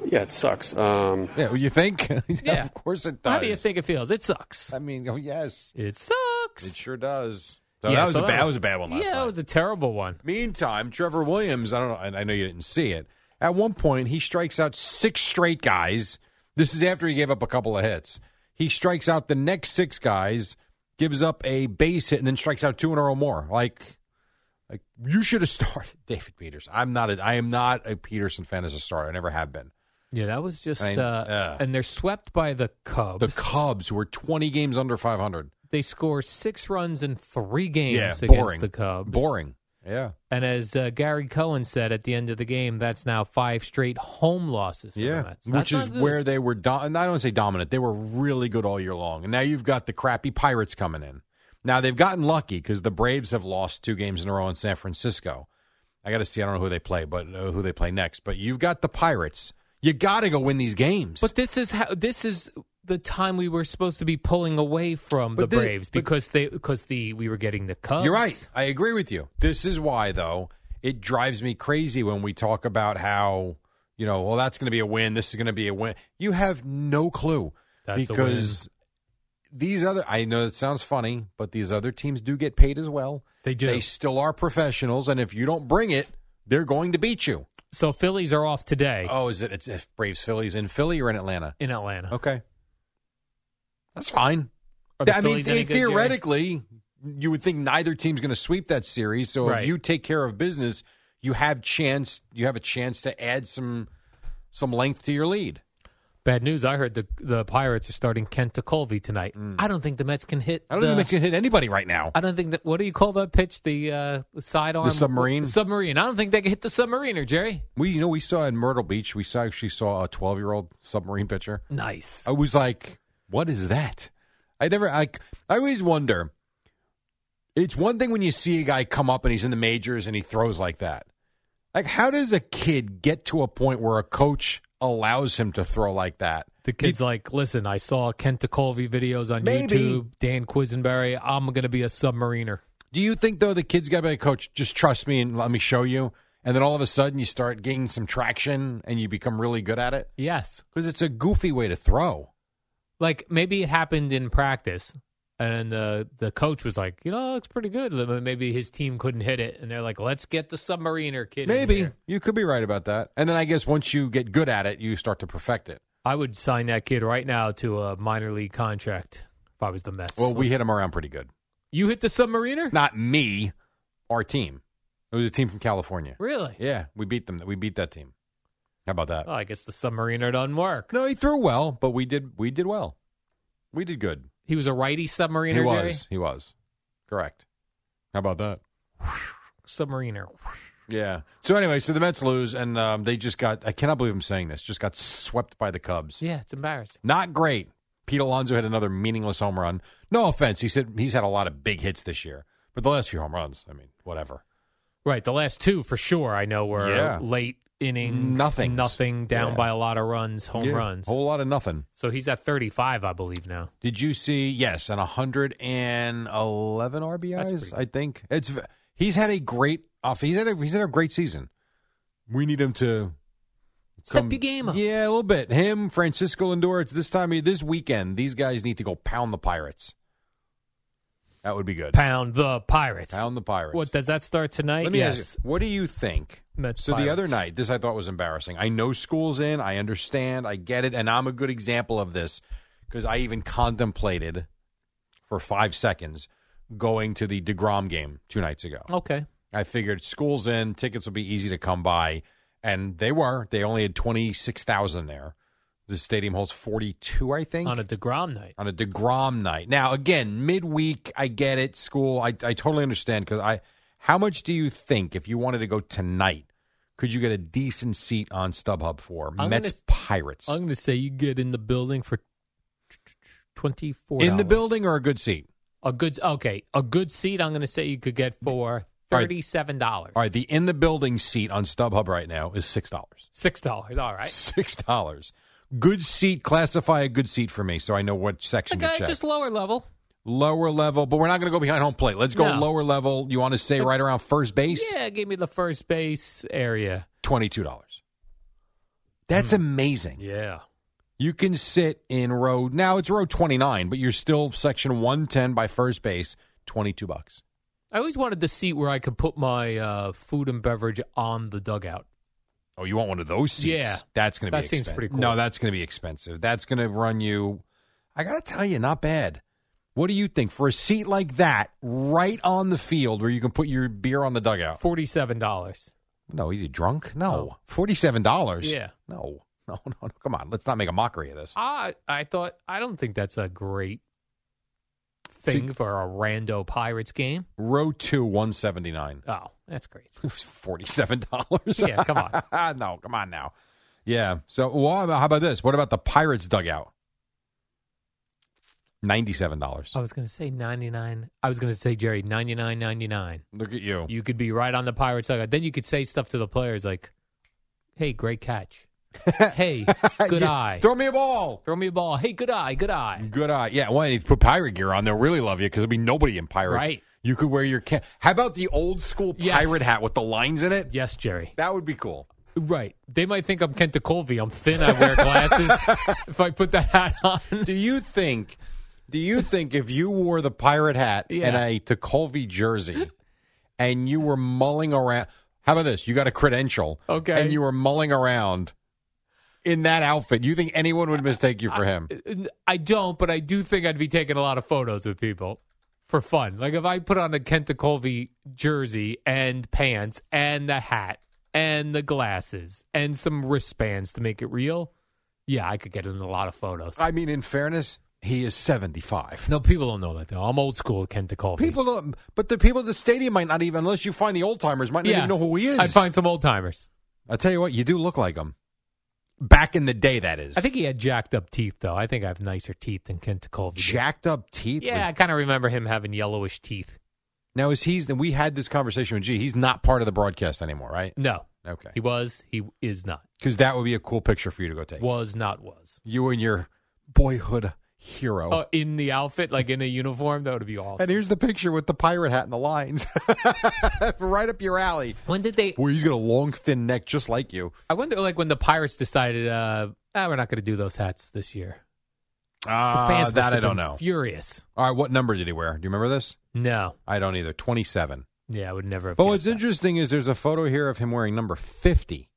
G: Yeah, it sucks. Um,
C: "Yeah, well, you think? *laughs*
B: Yeah.
C: of course it does.
B: How do you think it feels? It sucks.
C: I mean, oh yes,
B: It sucks.
C: it sure does. So
B: Yeah,
C: that was
B: so
C: a bad, that was a bad one last
B: yeah,
C: night.
B: that was a terrible one.
C: Meantime, Trevor Williams, I don't know, and I know you didn't see it. At one point, he strikes out six straight guys. This is after he gave up a couple of hits. He strikes out the next six guys, gives up a base hit, and then strikes out two in a row more. Like, like you should have *laughs* started David Peterson. I'm not. A, I am not a Peterson fan as a starter. I never have been.
B: Yeah, that was just.
C: I-
B: uh,
C: yeah.
B: And they're swept by the Cubs.
C: The Cubs were 20 games under 500.
B: they score six runs in three games
C: boring.
B: against the Cubs.
C: Boring. Yeah.
B: And as uh, Gary Cohen said at the end of the game, that's now five straight home losses. For
C: Yeah.
B: the Mets. That's
C: Which is
B: not good.
C: where they were, do- and I don't say dominant, they were really good all year long. And now you've got the crappy Pirates coming in. Now they've gotten lucky because the Braves have lost two games in a row in San Francisco. I got to see, I don't know who they play, but uh, who they play next. But you've got the Pirates. You got to go win these games.
B: But this is how this is the time we were supposed to be pulling away from
C: But
B: the
C: thi-
B: Braves
C: but-
B: because they because the we were getting the Cubs.
C: You're right. I agree with you. This is why, though, it drives me crazy when we talk about how, you know, well, that's going to be a win. This is going to be a win. You have no clue
B: That's a
C: because these other, I know it sounds funny, but these other teams do get paid as well.
B: They do.
C: They still are professionals. And if you don't bring it, they're going to beat you.
B: So Phillies are off today
C: Oh, is it it's if Braves Phillies in Philly or in Atlanta?
B: in Atlanta.
C: Okay. That's fine.
B: Are the
C: I mean, eh,
B: Phillies any good, Jerry?
C: theoretically, you would think neither team's going to sweep that series. So
B: Right.
C: if you take care of business, you have chance. You have a chance to add some some length to your lead.
B: Bad news. I heard the the Pirates are starting Kent to Colby tonight. I don't think the Mets can hit.
C: Mm. I don't
B: the,
C: think they can hit anybody right now.
B: I don't think that. What do you call that pitch? The uh, sidearm,
C: The submarine?
B: submarine. I don't think they can hit the submariner, Jerry.
C: We, you know, we saw in Myrtle Beach. We saw actually saw a twelve year old submarine pitcher.
B: Nice.
C: I was like, what is that? I never, I, I always wonder. It's one thing when you see a guy come up and he's in the majors and he throws like that. Like, how does a kid get to a point where a coach allows him to throw like that?
B: The kid's like, listen, I saw Kent to Colby videos on
C: Maybe.
B: YouTube. Dan Quisenberry. I'm going to be a submariner.
C: Do you think though the kid's got to be like, coach? Just trust me and let me show you. And then all of a sudden you start gaining some traction and you become really good at it
B: Yes.
C: because it's a goofy way to throw.
B: Like maybe it happened in practice, and the the coach was like, you know, it's pretty good. Then Maybe his team couldn't hit it, and they're like, let's get the submariner kid. in
C: Maybe
B: here."
C: you could be right about that. And then I guess once you get good at it, you start to perfect it.
B: I would sign that kid right now to a minor league contract if I was the Mets.
C: Well, we
B: Let's-
C: hit him around pretty good.
B: you hit the submariner.
C: Not me, our team. It was a team from California.
B: Really?
C: Yeah, we beat them. We beat that team. How about that?
B: Oh, I guess the submariner doesn't work.
C: No, he threw well, but we did. We did well. We did good.
B: He was a righty submariner.
C: he was.
B: Jerry?
C: He was. Correct. How about that?
B: submariner.
C: Yeah. So anyway, so the Mets lose, and um, they just got. I cannot believe I'm saying this. Just got swept by the Cubs.
B: Yeah, it's embarrassing.
C: Not great. Pete Alonso had another meaningless home run. No offense. He said he's had a lot of big hits this year, but the last few home runs. I mean, whatever.
B: Right, the last two for sure. I know were
C: Yeah.
B: late inning,
C: Nothings.
B: nothing down
C: Yeah.
B: by a lot of runs, home
C: Yeah,
B: runs.
C: Whole lot of nothing.
B: So he's at 35, I believe now.
C: Did you see? Yes, and 111
B: pretty
C: RBIs.
B: good.
C: I think it's he's had a great off. He's had a, he's had a great season. We need him to
B: Step
C: come-
B: your game up.
C: Yeah, a little bit. Him, Francisco Lindor. It's this time of- this weekend. These guys need to go pound the Pirates. That would be good.
B: Pound the Pirates.
C: Pound the Pirates.
B: What does that start tonight?
C: Let me
B: yes.
C: ask you, what do you think?
B: Mets,
C: so the other
B: Pirates.
C: night, this I thought was embarrassing. I know school's in, I understand, I get it, and I'm a good example of this because I even contemplated for five seconds going to the DeGrom game two nights ago.
B: Okay.
C: I figured school's in, tickets will be easy to come by, and they were. They only had 26,000 there. The stadium holds 42, I think
B: On a DeGrom night.
C: on a DeGrom night. Now, again, midweek, I get it. School, I, I totally understand because I. How much do you think if you wanted to go tonight, could you get a decent seat on StubHub for
B: I'm
C: Mets
B: gonna-
C: Pirates
B: I'm going to say you get in the building for 24
C: in the building or a good seat?
B: A good okay, a good seat I'm going to say you could get for
C: All right.
B: $37.
C: All right, the in the building seat on StubHub right now is six dollars. *laughs*
B: $6. All right.
C: Six dollars. Good seat. Classify a good seat for me, so I know what section
B: Like I
C: to check.
B: just lower level.
C: Lower level, but we're not going to go behind home plate. Let's go
B: No.
C: lower level. You want to say right around first base?
B: Yeah, give me the first base area.
C: twenty-two dollars. That's amazing.
B: Yeah.
C: Hmm. You can sit in row now. It's row twenty-nine, but you're still section one ten by first base. Twenty-two bucks.
B: I always wanted the seat where I could put my uh, food and beverage on the dugout.
C: Oh, you want one of those seats?
B: Yeah.
C: that's going to be.
B: That seems
C: expen-
B: pretty cool.
C: No, that's going to be expensive. That's going to run you. I got to tell you, not bad. What do you think for a seat like that, right on the field where you can put your beer on the dugout?
B: Forty-seven dollars.
C: No, is he drunk? No,
B: Oh.
C: forty-seven dollars.
B: Yeah.
C: No, *laughs* no, no, no. Come on, let's not make a mockery of this.
B: I I thought I don't think that's a great thing for a rando Pirates game.
C: Row two, one seventy-nine.
B: Oh, that's
C: *laughs*
B: crazy.
C: Forty-seven dollars.
B: Yeah, come
C: on. *laughs* no, come on now. Yeah. So, well, how about this? What about the Pirates dugout? Ninety-seven dollars.
B: I was gonna say ninety-nine. I was gonna say Jerry ninety-nine ninety-nine.
C: Look at you.
B: You could be right on the Pirates dugout. Then you could say stuff to the players like, "Hey, great catch. hey, good
C: You-
B: eye.
C: Throw me a ball.
B: Throw me a ball. Hey, good eye. Good eye.
C: Good eye. Yeah. Well, and if you put pirate gear on, they'll really love you because there'll be nobody in pirates.
B: Right.
C: You could wear your ca- how about the old school
B: Yes.
C: pirate hat with the lines in it?
B: Yes, Jerry.
C: That would be cool.
B: Right. They might think I'm Kenta Colby. I'm thin. I wear glasses. if I put that hat on,
C: Do you think? Do you think if you wore the pirate hat
B: Yeah.
C: and a Tacolvi jersey, and you were mulling around? How about this? You got a credential,
B: Okay.
C: and you were mulling around. in that outfit, you think anyone would mistake you for him?
B: I don't, but I do think I'd be taking a lot of photos with people for fun. Like if I put on a Kenta Colby jersey and pants and the hat and the glasses and some wristbands to make it real, yeah, I could get in a lot of photos.
C: I mean, in fairness, he is 75.
B: No, people don't know that though. I'm old school Kenta Colby.
C: People don't, but the people at the stadium might not even, unless you find the old timers, might not
B: Yeah.
C: even know who he is.
B: I'd find some old timers.
C: I'll tell you what, you do look like him. Back in the day, that is.
B: I think he had jacked up teeth though. I think I have nicer teeth than Kenta Colby. did.
C: Jacked up teeth.
B: Yeah, I kind of remember him having yellowish teeth.
C: Now, is he's, we had this conversation with G. He's not part of the broadcast anymore, right?
B: No,
C: Okay.
B: he was. He is not.
C: Because that would be a cool picture for you to go take.
B: Was not. Was.
C: You and your boyhood hero.
B: Oh, in the outfit, like in a uniform, that would be awesome.
C: and here's the picture with the pirate hat and the lines. *laughs* right up your alley.
B: When did they?
C: Boy, he's got a long, thin neck just like you.
B: I wonder, like when the Pirates decided, uh, ah, we're not going to do those hats this year. The fans must
C: Uh, Ah, that
B: have
C: I don't
B: been
C: know.
B: Furious.
C: All right, what number did he wear? Do you remember this?
B: No.
C: I don't either. 27.
B: Yeah, I would never. Have
C: But
B: guessed
C: what's
B: that.
C: interesting Oh, is there's a photo here of him wearing number 50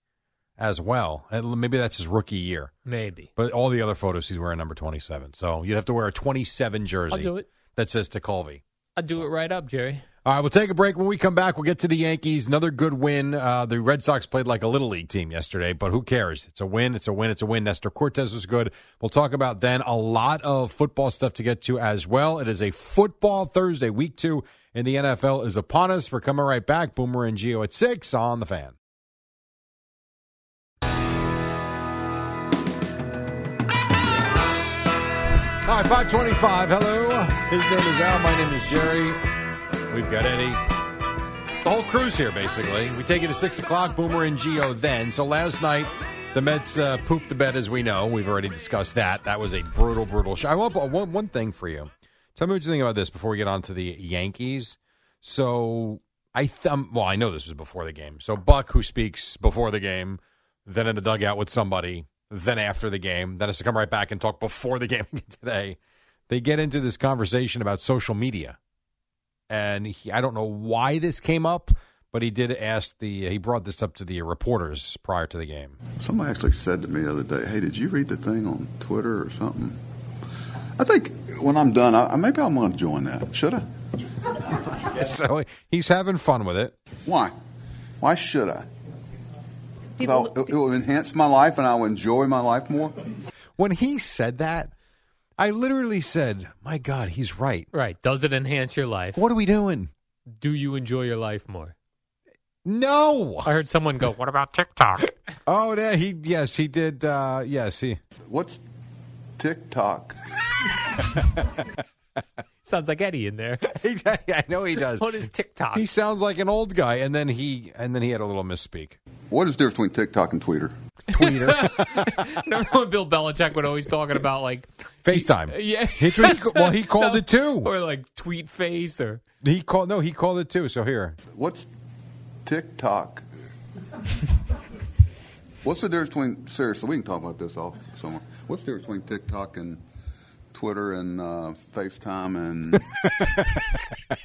C: as well. And maybe that's his rookie year.
B: Maybe.
C: But all the other photos, he's wearing number 27. So you'd have to wear a 27 jersey
B: do it.
C: that says Tecolvi.
B: I'll do it right up, Jerry.
C: All right, we'll take a break. When we come back, we'll get to the Yankees. Another good win. Uh, the Red Sox played like a little league team yesterday, but who cares? It's a win. It's a win. It's a win. Nestor Cortez was good. We'll talk about then a lot of football stuff to get to as well. It is a football Thursday. Week two in the NFL is upon us. We're coming right back. Boomer and Geo at six on the fan. All right, 525. Hello. His name is Al. My name is Jerry. We've got Eddie. The whole crew's here, basically. We take it to 6 o'clock, Boomer and Geo then. So last night, the Mets uh, pooped the bed, as we know. We've already discussed that. That was a brutal, brutal show. I want uh, one, one thing for you. Tell me what you think about this before we get on to the Yankees. So I th- um, well, I know this was before the game. So Buck, who speaks before the game, then in the dugout with somebody, then after the game, then has to come right back and talk before the *laughs* game today. They get into this conversation about social media, and he, I don't know why this came up, but he did ask the he brought this up to the reporters prior to the game.
H: Somebody actually said to me the other day, "Hey, did you read the thing on Twitter or something?" I think when I'm done, I, I- maybe I'm going to join that. Should I?
C: *laughs* so he's having fun with it.
H: Why? Why should I? 'Cause I'll- it, it will enhance my life, and I'll enjoy my life more.
C: When he said that, I literally said, "My God, he's right."
B: Right. Does it enhance your life?
C: What are we doing?
B: Do you enjoy your life more?
C: No.
B: I heard someone go, "What about
C: *laughs*
B: TikTok?"
C: Oh, yeah, he yes, he did. Uh, yes, he. *laughs*
H: What's TikTok?
B: Sounds like Eddie in there.
C: I know he
B: *laughs*
C: does.
B: What is TikTok? *laughs*
C: He sounds like an old guy, and then he and then he had a little misspeak.
H: What is the difference between TikTok and Twitter?
B: *laughs* Remember when Bill Belichick would always talking about like,
C: FaceTime.
B: yeah,
C: He- *laughs*
B: *laughs*
C: well, he called it too.
B: or like tweet face or
C: He called no, he called it too. So here,
H: What's TikTok? What's the difference between seriously? We can talk about this off somewhere. What's the difference between TikTok and Twitter and uh, FaceTime and?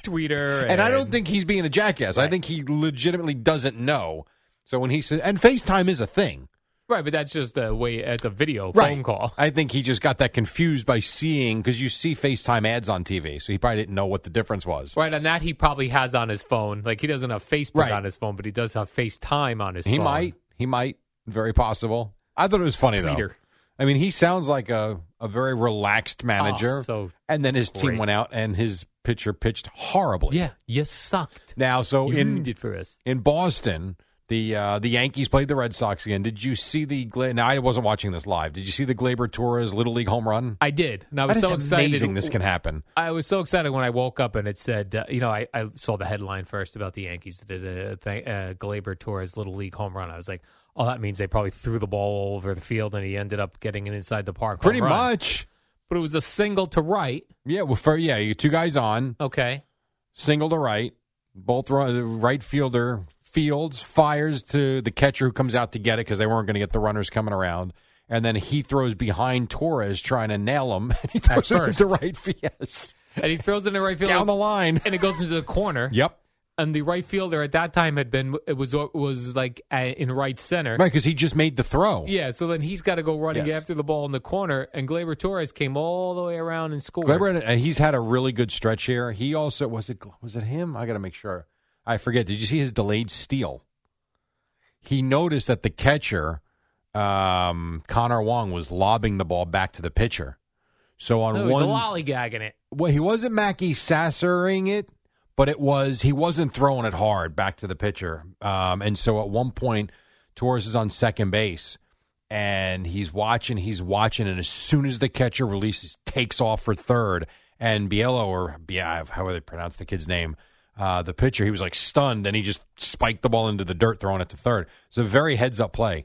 B: tweeter.
C: and I don't think he's being a jackass. I think he legitimately doesn't know. So when he says, and FaceTime is a thing,
B: right, but that's just a way. It's a video phone call.
C: I think he just got that confused by seeing because you see FaceTime ads on TV, so he probably didn't know what the difference was.
B: Right, and that he probably has on his phone. Like he doesn't have Facebook
C: Right.
B: on his phone, but he does have FaceTime on his
C: He
B: phone.
C: might, he might, very possible. I thought it was funny though.
B: Tweeter. Ah,
C: I mean, he sounds like a, a very relaxed manager.
B: so
C: and then his team
B: great.
C: went out, and his pitcher pitched horribly.
B: Yeah, you sucked.
C: Now, so
B: you
C: in
B: ruined it for us.
C: in Boston, the uh, the Yankees played the Red Sox again. Did you see the? Gla- now I wasn't watching this live. Did you see the Glaber Torres little league home run?
B: I did, and I was
C: That is
B: so excited.
C: Amazing, this can happen.
B: I was so excited when I woke up and it said, uh, you know, I, I saw the headline first about the Yankees did a th- uh, Glaber Torres little league home run. I was like, oh, that means they probably threw the ball all over the field and he ended up getting it inside the park. home
C: Pretty
B: run.
C: much.
B: but it was a single to right.
C: Yeah. Well, for, yeah, you two guys on,
B: Okay,
C: single to right, both run, the right fielder fields fires to the catcher who comes out to get it because they weren't going to get the runners coming around. And then he throws behind Torres trying to nail him. *laughs* he throws it
B: first.
C: into right field. Yes.
B: and he throws it in the right field
C: Down the line.
B: and it goes into the corner.
C: Yep.
B: and the right fielder at that time had been it was was like uh, in right center.
C: Right, because he just made the throw.
B: Yeah, so then he's got to go running
C: Yes.
B: after the ball in the corner, and Glaber Torres came all the way around and scored.
C: Glaber, uh, he's had a really good stretch here. He also was it was it him? I got to make sure. I forget. Did you see his delayed steal? He noticed that the catcher, um, Connor Wong, was lobbing the ball back to the pitcher. So on
B: No, he's
C: one,
B: lollygagging it.
C: well, he wasn't Mackey sassering it, but it was he wasn't throwing it hard back to the pitcher. Um, and so at one point, Torres is on second base, and he's watching, he's watching, and as soon as the catcher releases, takes off for third, and Biello or Biav, however they pronounce the kid's name. Uh, the pitcher, he was like stunned, and he just spiked the ball into the dirt, throwing it to third. It's a very heads-up play.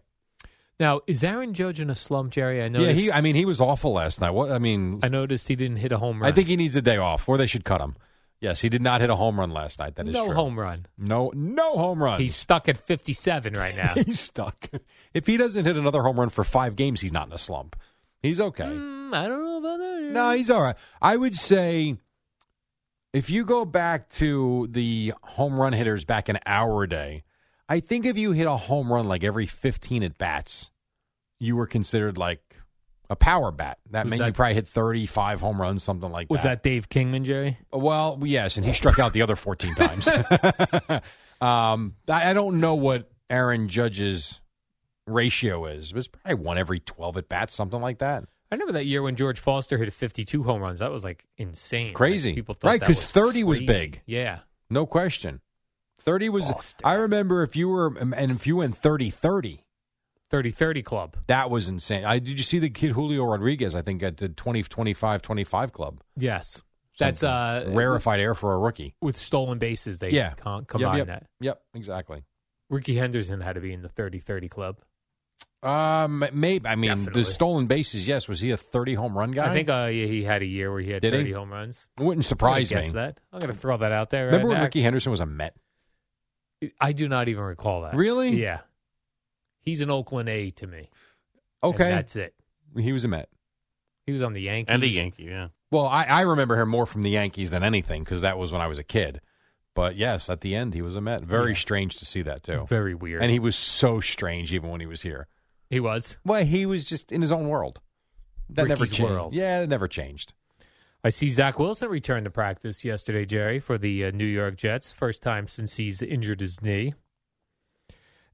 B: Now is Aaron Judge in a slump, Jerry? I know.
C: yeah, he. I mean, he was awful last night. What I mean,
B: I noticed he didn't hit a home
C: I
B: run.
C: think he needs a day off, or they should cut him. Yes, he did not hit a home run last night. That is
B: no
C: true.
B: home run.
C: No, no home runs. *laughs*
B: He's stuck at fifty-seven right now.
C: He's stuck. If he doesn't hit another home run for five games, he's not in a slump. He's okay.
B: Mm, I don't know about that.
C: No, he's all right. I would say if you go back to the home run hitters back in our day, I think if you hit a home run like every 15 at bats, you were considered like a power bat. That
B: Who's
C: meant
B: that?
C: you probably hit 35 home runs, something like
B: Was that
C: that.
B: Dave Kingman, Jerry?
C: Well, yes, and he struck out the other
B: *laughs*
C: 14 times. *laughs* um, I, I don't know what Aaron Judge's ratio is. It was probably one every 12 at bats, something like that.
B: I remember that year when George Foster hit 52 home runs. That was like insane, Like,
C: Crazy.
B: people thought
C: Right,
B: that
C: 'cause
B: was
C: 30 was
B: crazy.
C: big.
B: Yeah,
C: No question. 30 was, I remember if you were, um, and if you went 30 30,
B: 30-30 club.
C: that was insane. I, did you see the kid Julio Rodriguez? I think at the 20 25 25 club.
B: Yes, that's uh,
C: Rarefied air for a rookie.
B: with stolen bases. They
C: yeah.
B: con-
C: Yep,
B: combine
C: yep,
B: that.
C: Yep, exactly.
B: Ricky Henderson had to be in the 30-30 club.
C: Um, maybe. I mean,
B: Definitely.
C: the stolen bases. Yes, was he a thirty home run guy?
B: I think uh, yeah, he had a year where he had
C: Did he?
B: 30 home runs.
C: Wouldn't surprise
B: I guess
C: me.
B: that. I'm going to throw that out there.
C: Remember
B: right
C: when
B: now.
C: Ricky Henderson was a Met?
B: I do not even recall that.
C: Really?
B: Yeah. He's an Oakland A to me. And
C: Okay,
B: that's it.
C: he was a Met.
B: He was on the Yankees.
F: And a Yankee, yeah.
C: Well, I, I remember him more from the Yankees than anything because that was when I was a kid. But yes, at the end he was a Met. Very
B: Yeah.
C: strange to see that too.
B: Very weird.
C: And he was so strange even when he was here.
B: He was.
C: Well, he was just in his own world. That never
B: Ricky's
C: changed.
B: world.
C: Yeah, that never changed.
B: I see Zach Wilson returned to practice yesterday, Jerry, for the uh, New York Jets. First time since he's injured his knee.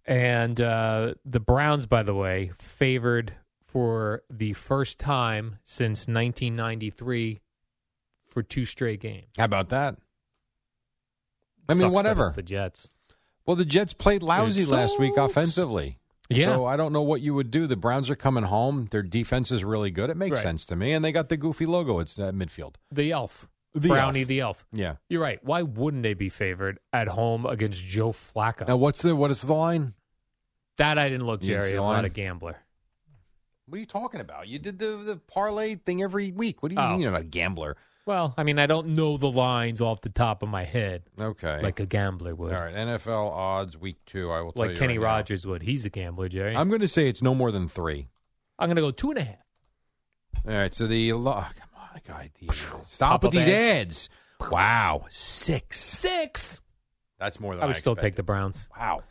B: And uh, the Browns, by the way, favored for the first time since 1993 for two straight games.
C: How about that? I
B: Sucks
C: mean,
B: that
C: whatever.
B: it's the Jets.
C: Well, the Jets played lousy
B: It
C: last week
B: sucks.
C: offensively.
B: Yeah.
C: So I don't know what you would do. The Browns are coming home. Their defense is really good. It makes
B: Right.
C: sense to me. And they got the goofy logo. It's uh, midfield.
B: The Elf.
C: The
B: Brownie
C: Elf.
B: the Elf.
C: Yeah.
B: You're right. Why wouldn't they be favored at home against Joe Flacco?
C: Now what's the what is the line?
B: That I didn't look,
C: You didn't see
B: Jerry.
C: the
B: I'm
C: line?
B: not a gambler.
C: What are you talking about? You did the, the parlay thing every week. What do you
B: Oh.
C: mean you're not a gambler?
B: Well, I mean, I don't know the lines off the top of my head
C: Okay.
B: like a gambler would.
C: all right, NFL odds week two. I will tell
B: like
C: you
B: Kenny
C: right now.
B: Rogers would. He's a gambler, Jerry. I'm,
C: I'm going to say it's no more than three.
B: going to go two and a half.
C: All right, so the lo- oh, come on, God, the- stop with
B: Pop-up
C: these ads. Wow, six.
B: Six.
C: That's more than
B: I would still take
C: expected.
B: the Browns
C: Wow.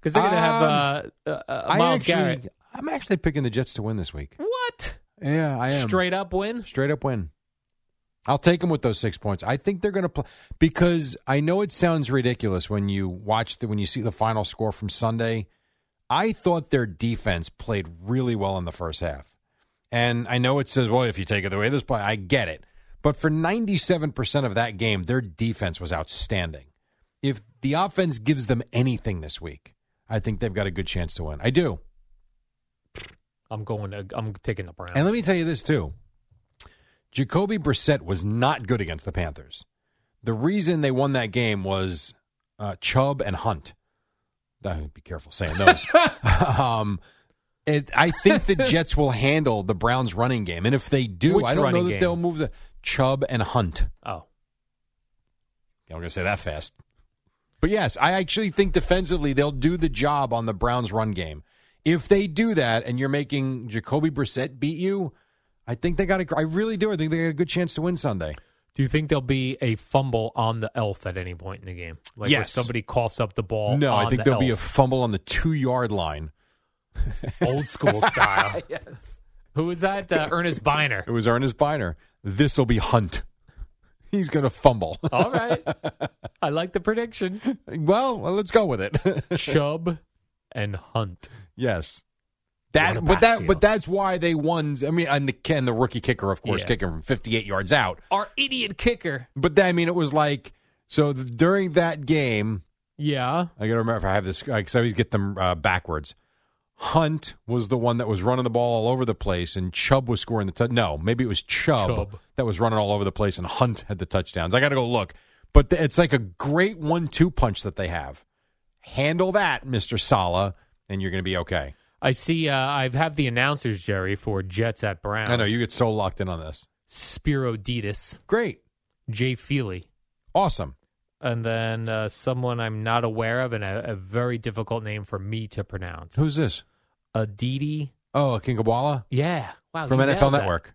B: because they're going to have
C: Um,
B: uh, uh, uh, Miles
C: actually,
B: Garrett.
C: I'm actually picking the Jets to win this week.
B: What?
C: Yeah, I am.
B: Straight up win.
C: Straight up win. I'll take them with those six points. I think they're going to play because I know it sounds ridiculous when you watch the when you see the final score from Sunday. I thought their defense played really well in the first half, and I know it says, "Well, if you take it the way this play," I get it. But for ninety-seven percent of that game, their defense was outstanding. If the offense gives them anything this week, I think they've got a good chance to win. I do.
B: I'm going. To, I'm taking the Browns.
C: And let me tell you this too. Jacoby Brissett was not good against the Panthers. The reason they won that game was uh, Chubb and Hunt. Uh, be careful saying
B: *laughs*
C: those. um, it, I think the Jets will handle the Browns' running game, and if they do,
B: Which
C: I don't know
B: running
C: that
B: game?
C: they'll move the Chubb and Hunt.
B: oh,
C: I'm going to say that fast. But yes, I actually think defensively they'll do the job on the Browns' run game. If they do that, and you're making Jacoby Brissett beat you, I think they got a. I really do. I think they got a good chance to win Sunday.
B: do Do you think there'll be a fumble on the elf at any point in the game? Like where
C: Yes.
B: somebody coughs up the ball.
C: No, I
B: Oh, on
C: think
B: the
C: there'll be a *laughs*
B: elf.
C: fumble on the two yard line.
B: old school style.
C: *laughs* yes.
B: Who was that? Uh, Ernest Biner.
C: *laughs* It was Ernest Biner. This will be Hunt. *laughs* He's going to fumble.
B: All right. I like the prediction.
C: *laughs* well, well, let's go with it. *laughs*
B: Chubb and Hunt.
C: Yes.
B: What a
C: That, but that,
B: backfield.
C: but that's why they won. I mean, and the and the rookie kicker, of course,
B: Yeah.
C: kicking from fifty-eight yards out.
B: Our idiot kicker.
C: But then, I mean, it was like so th- during that game.
B: Yeah.
C: I got to remember if I have this because I always get them uh, backwards. Hunt was the one that was running the ball all over the place, and Chubb was scoring the touch. No, maybe it was Chubb,
B: Chubb.
C: that was running all over the place, and Hunt had the touchdowns. I got to go look, but th- it's like a great one-two punch that they have. Handle that, Mister Sala, and you're going to be okay.
B: I see. Uh, I've have the announcers, Jerry, for Jets at Browns.
C: I know you get so locked in on this.
B: Spiro Ditas,
C: Great,
B: Jay Feely,
C: awesome.
B: and then uh, someone I'm not aware of, and a, a very difficult name for me to pronounce.
C: Who's this?
B: Aditi.
C: Oh, Kinkabwala
B: Yeah. Wow.
C: from
B: you
C: NFL
B: nailed that.
C: Network.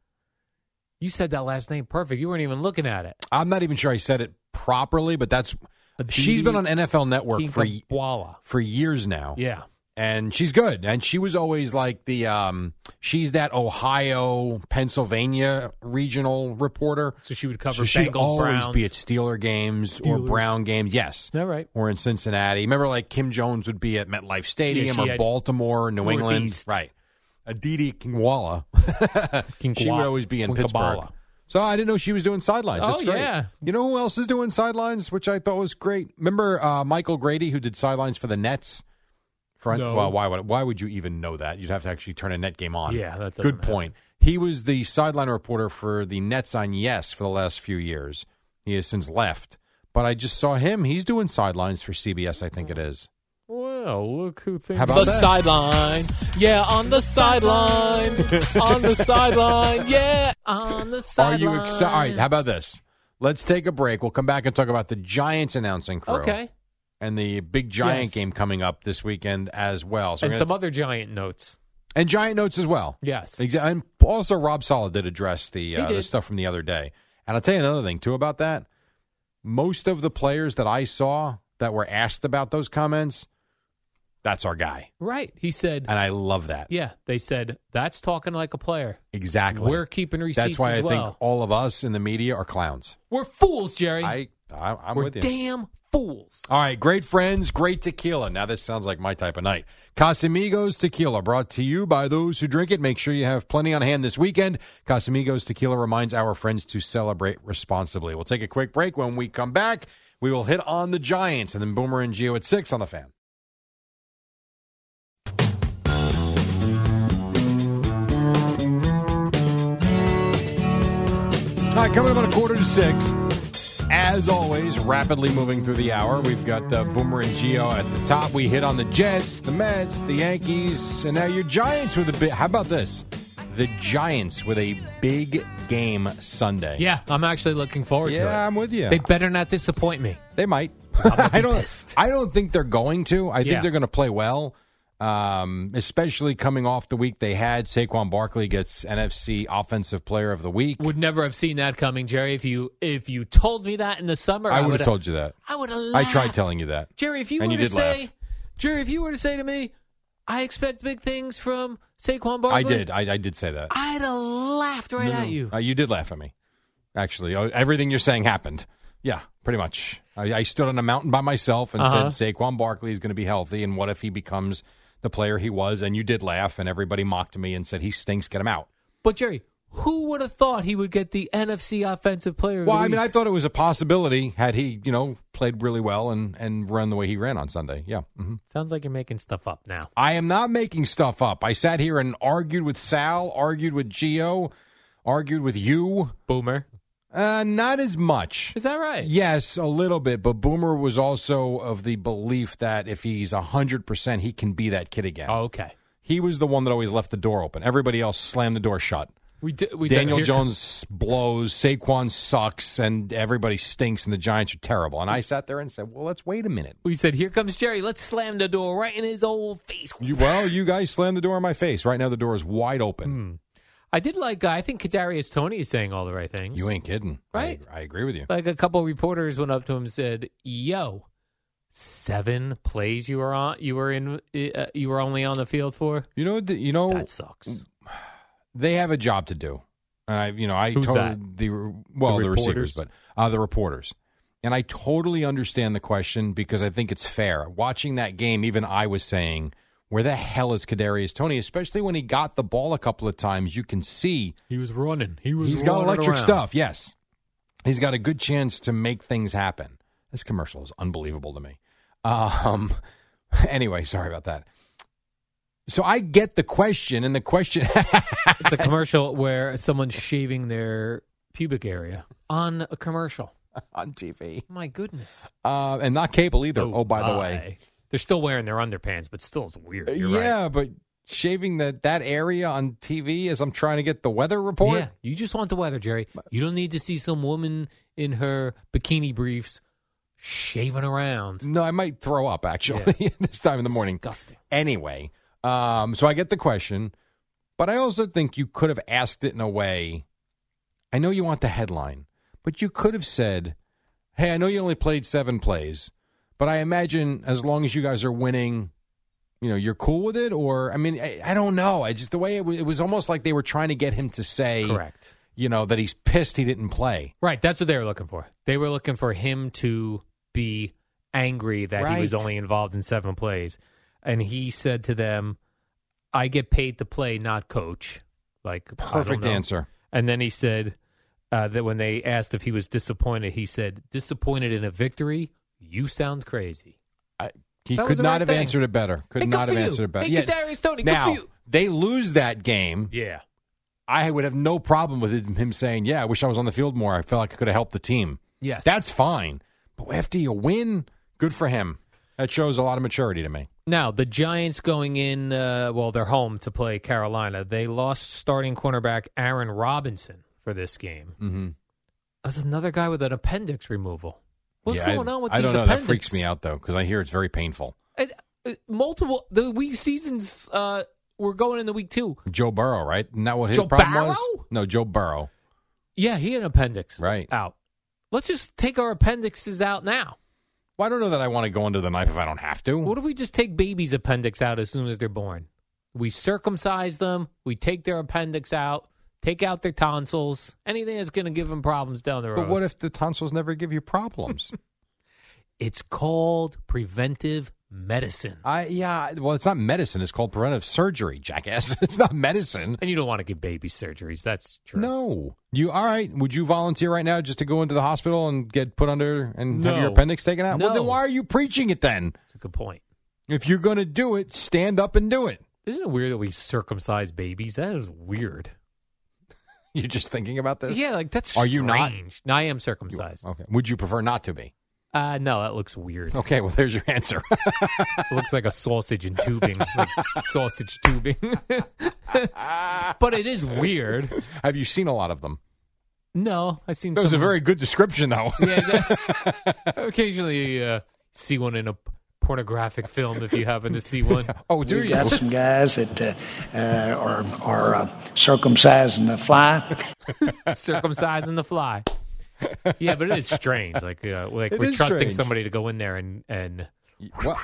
B: You said that last name perfect. You weren't even looking at it.
C: I'm not even sure I said it properly, but that's
B: Aditi
C: she's been on NFL Network for
B: Kinkabwala.
C: for years now.
B: Yeah.
C: and she's good. And she was always like the um, she's that Ohio Pennsylvania regional reporter.
B: So she would cover
C: So she'd
B: Bengals,
C: always
B: Browns.
C: be at Steeler games
B: Steelers.
C: or Brown games. Yes.
B: All right.
C: Or in Cincinnati. Remember, like Kim Jones would be at MetLife Stadium
B: she
C: or
B: had
C: Baltimore, New England.
B: Northeast.
C: Right. Aditi Kingwala. *laughs* she
B: Kinkabwala.
C: would always be in Pittsburgh.
B: Kinkabwala.
C: So I didn't know she was doing sidelines.
B: Oh,
C: That's great.
B: yeah.
C: You know who else is doing sidelines, which I thought was great? Remember uh, Michael Grady, who did sidelines for the Nets? Front.
B: No.
C: Well, why would why would you even know that? You'd have to actually turn a net game on.
B: Yeah, that doesn't
C: good point. He was the sideline reporter for the Nets on Yes for the last few years. He has since left, but I just saw him. He's doing sidelines for CBS. I think it is.
B: Well, look who thinks
C: How about
B: the
C: that?
B: sideline. Yeah, on the sideline. on the *laughs* sideline. Yeah, on the
C: Are
B: sideline.
C: you excited? All right. How about this? Let's take a break. We'll come back and talk about the Giants announcing crew.
B: Okay.
C: And the big Giant
B: Yes.
C: game coming up this weekend as well. So we're
B: and
C: gonna-
B: some other giant notes.
C: and Giant notes as well.
B: Yes.
C: Exactly. And also, Rob Sala did address the
B: He
C: uh, the
B: did.
C: stuff from the other day. And I'll tell you another thing too about that. Most of the players that I saw that were asked about those comments, that's our guy,
B: Right. He said,
C: and I love that.
B: yeah, they said, that's talking like a player.
C: Exactly.
B: We're keeping receipts
C: that's why
B: as
C: I
B: well.
C: think all of us in the media are clowns.
B: We're fools, Jerry.
C: I, I I'm
B: We're
C: with you.
B: damn fools.
C: All right, great friends, great tequila. Now this sounds like my type of night. Casamigos Tequila, brought to you by those who drink it. Make sure you have plenty on hand this weekend. Casamigos Tequila reminds our friends to celebrate responsibly. We'll take a quick break. When we come back, we will hit on the Giants and then Boomer and Geo at six on the fan. All right, coming up on a quarter to six. As always, rapidly moving through the hour, we've got uh, Boomer and Geo at the top. We hit on the Jets, the Mets, the Yankees, and now your Giants with a big. How about this? The Giants with a big game Sunday.
B: Yeah, I'm actually looking forward to it.
C: Yeah, I'm with you.
B: They better not disappoint me. *laughs*
C: They might.
B: gonna be
C: *laughs* I don't.
B: pissed.
C: I don't think they're going to. I
B: Yeah.
C: think they're going to play well, um, especially coming off the week they had. Saquon Barkley gets NFC Offensive Player of the Week.
B: Would never have seen that coming, Jerry. If you if you told me that in the summer,
C: I
B: I,
C: would have
B: would've-
C: told you that.
B: I would have.
C: I tried telling you that.
B: Jerry, if you
C: And
B: were
C: you
B: to
C: did laugh.
B: say, Jerry, if you were to say to me, I expect big things from Saquon Barkley.
C: I did. I, I did say that.
B: I'd have laughed right at you.
C: Uh, you did laugh at me. Actually, Oh, everything you're saying happened. Yeah, pretty much. I, I stood on a mountain by myself and
B: Uh-huh.
C: said Saquon Barkley is going to be healthy, and what if he becomes the player he was? And you did laugh, and everybody mocked me and said he stinks. Get him out.
B: But Jerry, who would have thought he would get the NFC Offensive Player? of the
C: Well, I mean, I
B: Week?
C: thought it was a possibility had he, you know, played really well and and run the way he ran on Sunday. Yeah. hmm
B: sounds like you're making stuff up now.
C: I am not making stuff up. I sat here and argued with Sal, argued with Geo, argued with you.
B: Boomer,
C: Uh, not as much.
B: is that right?
C: Yes, a little bit, but Boomer was also of the belief that if he's 100%, he can be that kid again.
B: Oh, okay.
C: He was the one that always left the door open. Everybody else slammed the door shut.
B: We d- we said,
C: Daniel
B: "Here-
C: Jones blows, Saquon sucks, and everybody stinks, and the Giants are terrible. And I sat there and said, well, let's wait a minute.
B: *laughs* We said, here comes Jerry. Let's slam the door right in his old face. Hmm.
C: You, well, you guys slammed the door in my face. Right now, the door is wide open.
B: I did like. Uh, I think Kadarius Tony is saying all the right things.
C: You ain't kidding,
B: right?
C: I, I agree with you.
B: Like a couple reporters went up to him and said, "Yo, seven plays you were on, you were in, uh, you were only on the field for."
C: You know, you know
B: that sucks.
C: They have a job to do. And I, you know, I
B: Who's
C: told
B: that?
C: the well,
B: The
C: the, receivers,
B: reporters?
C: but uh, the reporters. And I totally understand the question because I think it's fair. Watching that game, even I was saying, "Where the hell is Kadarius Tony?" Especially when he got the ball a couple of times, you can see
B: He was running. He was.
C: he's got
B: running
C: electric
B: around.
C: stuff. Yes, he's got a good chance to make things happen. This commercial is unbelievable to me. Um, *laughs* anyway, sorry about that. So I get the question, and the question *laughs*
B: It's a commercial where someone's shaving their pubic area on a commercial.
C: on TV,
B: My goodness.
C: uh, and not cable either. Oh, by the
B: my.
C: way,
B: They're still wearing their underpants, but still it's weird. You're right.
C: yeah, but shaving that that area on TV as I'm trying to get the weather report.
B: Yeah, you just want the weather, Jerry. You don't need to see some woman in her bikini briefs shaving around.
C: No, I might throw up actually *laughs* this time in the morning.
B: Disgusting.
C: Anyway, um, so I get the question, but I also think you could have asked it in a way. I know you want the headline, but you could have said, "Hey, I know you only played seven plays, but I imagine as long as you guys are winning, you know, you're cool with it." Or I mean, I, I don't know. I just the way it, wa- it was almost like they were trying to get him to say,
B: Correct.
C: You know that he's pissed he didn't play.
B: Right, that's what they were looking for. They were looking for him to be angry that he was
C: Right.
B: only involved in seven plays. And he said to them, I get paid to play, not coach. Like I don't
C: Perfect
B: know.
C: answer.
B: And then he said uh, that when they asked if he was disappointed, he said, "Disappointed in a victory? You sound crazy."
C: He
B: That was
C: could
B: the
C: not
B: right
C: have
B: thing.
C: answered it better. Could
B: Hey, good
C: not
B: for
C: have
B: you.
C: answered it better.
B: Hey, Kadarius Toney, good
C: now
B: for you.
C: they lose that game.
B: Yeah,
C: I would have no problem with him- him saying, "Yeah, I wish I was on the field more. I felt like I could have helped the team."
B: Yes.
C: that's fine. But after you win, good for him. That shows a lot of maturity to me.
B: Now the Giants going in. Uh, well, they're home to play Carolina. They lost starting cornerback Aaron Robinson for this game.
C: Mm-hmm.
B: That's another guy with an appendix removal. What's
C: Yeah,
B: going
C: I,
B: on with
C: I
B: these
C: don't know.
B: appendix?
C: That freaks me out though because I hear it's very painful.
B: And, uh, multiple the week seasons. Uh, we're going into week two.
C: Joe Burrow, right? Isn't that what his
B: Joe
C: problem
B: Burrow?
C: was? No, Joe Burrow.
B: Yeah, he had an appendix
C: Right.
B: out. Let's just take our appendixes out now.
C: Well, I don't know that I want to go under the knife if I don't have to.
B: What if we just take babies' appendix out as soon as they're born? We circumcise them. We take their appendix out. Take out their tonsils. Anything that's going to give them problems down the road.
C: But what if the tonsils never give you problems?
B: it's called preventive medicine,
C: I yeah. Well, it's not medicine. It's called preventive surgery, jackass. *laughs* It's not medicine.
B: and you don't want to give babies surgeries. That's true.
C: No. You all right? Would you volunteer right now just to go into the hospital and get put under and have your
B: No.
C: appendix taken out? Well,
B: No.
C: then why are you preaching it then?
B: that's a good point.
C: If you're going to do it, stand up and do it. *laughs*
B: Isn't it weird that we circumcise babies? That is weird.
C: You're just thinking about this.
B: Yeah, like that's
C: Are you not?
B: strange. No, I am
C: You-
B: circumcised.
C: Okay. Would you prefer not to be?
B: Uh, no, that looks weird.
C: Okay. Well, there's your *laughs* answer.
B: It looks like a sausage and tubing, like sausage tubing. *laughs* but it is weird.
C: have you seen a lot of them?
B: No, I've seen.
C: That was a
B: some-
C: very good description, though.
B: *laughs* Yeah, *laughs* that- occasionally uh, see one in a pornographic film if you happen to see
C: *laughs*
B: one.
C: oh, do you?
I: got some guys that uh, uh, are, are uh, circumcising the fly.
B: Circumcising the fly. Yeah, but it is strange. Like, uh, like
C: It
B: we're
C: is
B: trusting
C: strange.
B: somebody to go in there and and
C: Well,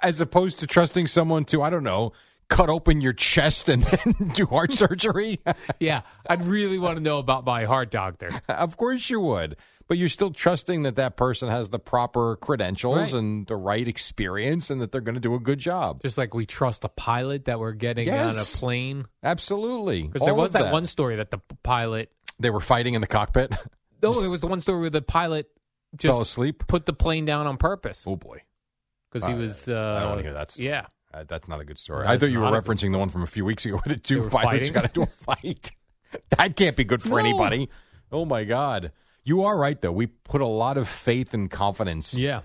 C: as opposed to trusting someone to, I don't know, cut open your chest and *laughs* then do heart surgery.
B: yeah, I'd really want to know about my heart doctor.
C: Of course you would. But you're still trusting that that person has the proper
B: Right.
C: credentials and the right experience and that they're going to do a good job.
B: Just like we trust a pilot that we're getting on a
C: Yes.
B: plane.
C: Absolutely.
B: Because there
C: All
B: was
C: of
B: that, one story that the p- pilot.
C: They were fighting in the cockpit, *laughs*
B: No, there was the one story where the pilot
C: fell
B: just
C: asleep.
B: put the plane down on purpose
C: Oh, boy.
B: because he
C: Uh,
B: was. Uh,
C: I don't want to hear that story.
B: Yeah,
C: Uh, that's not a good story.
B: That
C: I
B: is
C: thought you were
B: not a good
C: referencing the one from a few weeks ago *laughs* where the
B: They
C: two
B: were
C: pilots
B: fighting.
C: got into a fight. *laughs* that can't be good for
B: No.
C: anybody. Oh, my God. You are right, though. We put a lot of faith and confidence
B: yeah.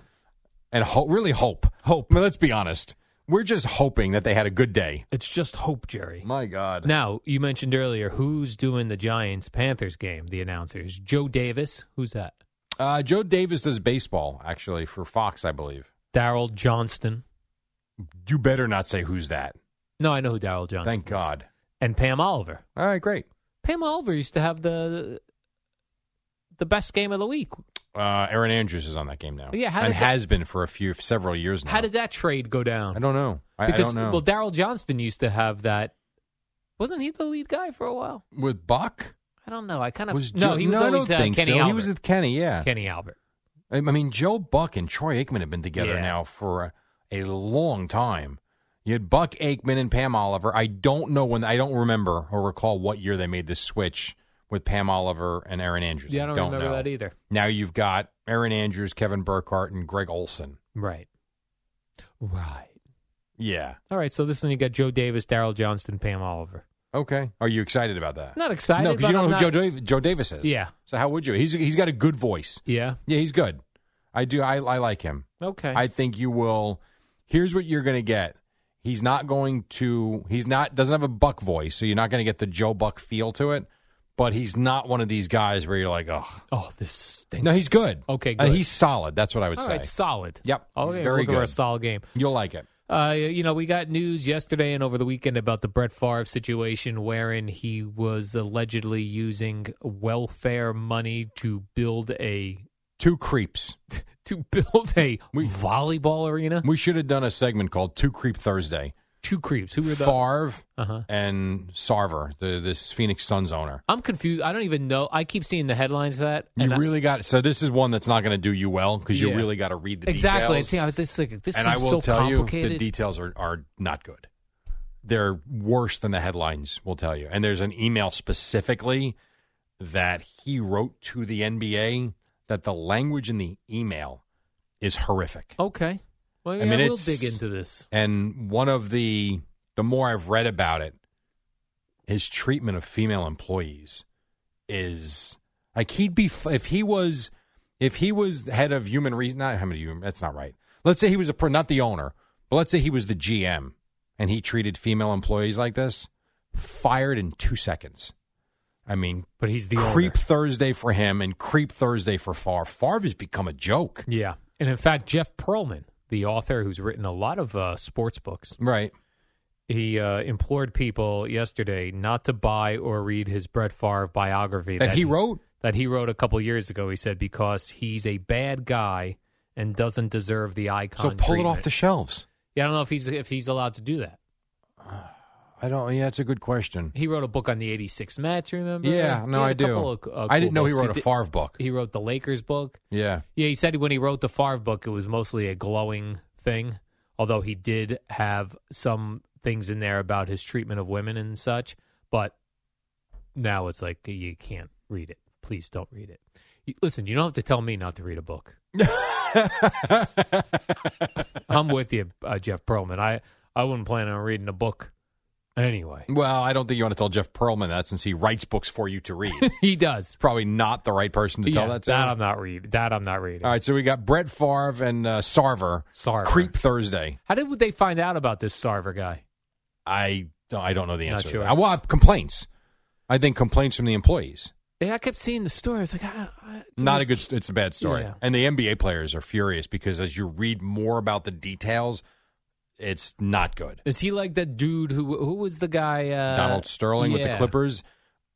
C: and ho- really hope.
B: Hope.
C: I mean, let's be honest. We're just hoping that they had a good day.
B: It's just hope, Jerry.
C: My God.
B: Now you mentioned earlier who's doing the Giants Panthers game. The announcers, Joe Davis. Who's that?
C: Uh, Joe Davis does baseball actually for Fox, I believe.
B: Daryl Johnston.
C: You better not say who's that.
B: No, I know who Daryl Johnston.
C: Thank
B: is.
C: God.
B: and Pam Oliver.
C: All right, great.
B: Pam Oliver used to have the the best game of the week.
C: Uh, Aaron Andrews is on that game now.
B: Yeah, how
C: and
B: did that-
C: has been for a few several years now.
B: How did that trade go down?
C: I don't know. I, I
B: because
C: don't know.
B: well, Daryl Johnston used to have that. Wasn't he the lead guy for a while?
C: with Buck
B: I don't know. I kind of
C: was
B: no.
C: Joe-
B: He was
C: I
B: always
C: don't
B: uh,
C: think
B: Kenny
C: so.
B: Albert.
C: He was with Kenny. Yeah,
B: Kenny Albert.
C: I I mean, Joe Buck and Troy Aikman have been together
B: Yeah.
C: now for a, a long time. You had Buck Aikman and Pam Oliver. I don't know when. I don't remember or recall what year they made this switch with Pam Oliver and Aaron Andrews.
B: Yeah, I don't, remember
C: know.
B: that either.
C: Now you've got Aaron Andrews, Kevin Burkhardt, and Greg Olson.
B: Right. Right.
C: Yeah.
B: All right. So this one you got Joe Davis, Daryl Johnston, Pam Oliver.
C: Okay. Are you excited about that?
B: Not excited.
C: no, because you
B: but
C: know
B: I'm
C: who Joe,
B: not-
C: Dav- Joe Davis is.
B: Yeah.
C: So how would you? He's he's got a good voice.
B: Yeah.
C: Yeah, he's good. I do. I I like him.
B: Okay.
C: I think you will. Here's what you're going to get. He's not going to. He's not doesn't have a Buck voice, so you're not going to get the Joe Buck feel to it. But he's not one of these guys where you're like, oh,
B: oh, this stinks.
C: no, he's good.
B: Okay,
C: Uh,
B: good.
C: he's solid. That's what I would
B: All
C: say.
B: right, solid.
C: Yep.
B: Okay,
C: He's very
B: looking for a
C: good.
B: solid game.
C: You'll like it.
B: Uh, you know, we got news yesterday and over the weekend about the Brett Favre situation, wherein he was allegedly using welfare money to build a *laughs*
C: Two creeps.
B: to build a volleyball arena.
C: We should have done a segment called Two Creep Thursday.
B: Two creeps. Who were the?
C: Favre
B: Uh-huh.
C: and Sarver, the, this Phoenix Suns owner.
B: I'm confused. I don't even know. I keep seeing the headlines of that.
C: You
B: and I-
C: really got so this is one that's not going to do you well because
B: Yeah.
C: you really got to read the
B: exactly.
C: details.
B: See, I was just like, this
C: and I
B: seems
C: will
B: so
C: tell you,
B: complicated.
C: the details are, are not good. They're worse than the headlines will tell you. And there's an email specifically that he wrote to the NBA that the language in the email is horrific.
B: okay. Well, yeah,
C: I mean,
B: we'll
C: it's-
B: dig into this.
C: And one of the the more I've read about it, his treatment of female employees is like he'd be f- if he was if he was the head of human reason. Not how many human. That's not right. Let's say he was a pro- not the owner, but let's say he was the GM and he treated female employees like this. Fired in two seconds. I mean,
B: But he's the
C: creep Thursday for him and creep Thursday for Favre. Favre has become a joke,
B: Yeah. And in fact, Jeff Perlman, the author who's written a lot of uh, sports books,
C: right?
B: he uh, implored people yesterday not to buy or read his Brett Favre biography
C: That he wrote?
B: That he wrote a couple years ago. He said because he's a bad guy and doesn't deserve the icon.
C: So pull it off
B: treatment.
C: the shelves.
B: yeah, I don't know if he's if he's allowed to do that.
C: I don't. Yeah, it's a good question.
B: He wrote a book on the '86 match. Remember?
C: Yeah, no,
B: He had
C: I
B: a
C: do.
B: couple of, uh,
C: I
B: cool
C: didn't know he
B: books.
C: wrote a
B: did- *laughs*
C: Favre book.
B: He wrote the Lakers book.
C: Yeah, *laughs*
B: Yeah, he said when he wrote the Favre book, it was mostly a glowing thing, although he did have some things in there about his treatment of women and such. But now it's like you can't read it. Please don't read it. You- Listen, you don't have to tell me not to read a book. I'm with you, uh, Jeff Perlman. I, I wouldn't plan on reading a book anyway. *laughs*
C: Well, I don't think you want to tell Jeff Perlman that since he writes books for you
B: *laughs*
C: to read. It's
B: He does.
C: probably not the right person to tell
B: Yeah,
C: that to.
B: that I'm not read. That I'm not reading.
C: All right, so we got Brett Favre and uh, Sarver.
B: Sarver.
C: Creep Thursday.
B: How did they find out about this Sarver guy?
C: I don't, I don't know the
B: Not
C: answer. to
B: sure.
C: that. Well, complaints. I think complaints from the employees.
B: Yeah, I kept seeing the story. I was like, I, I,
C: Not a good. st- It's a bad story.
B: Yeah.
C: And the NBA players are furious because as you read more about the details, it's not good.
B: Is he like that dude who who was the guy? Uh,
C: Donald Sterling with the
B: yeah.
C: Clippers.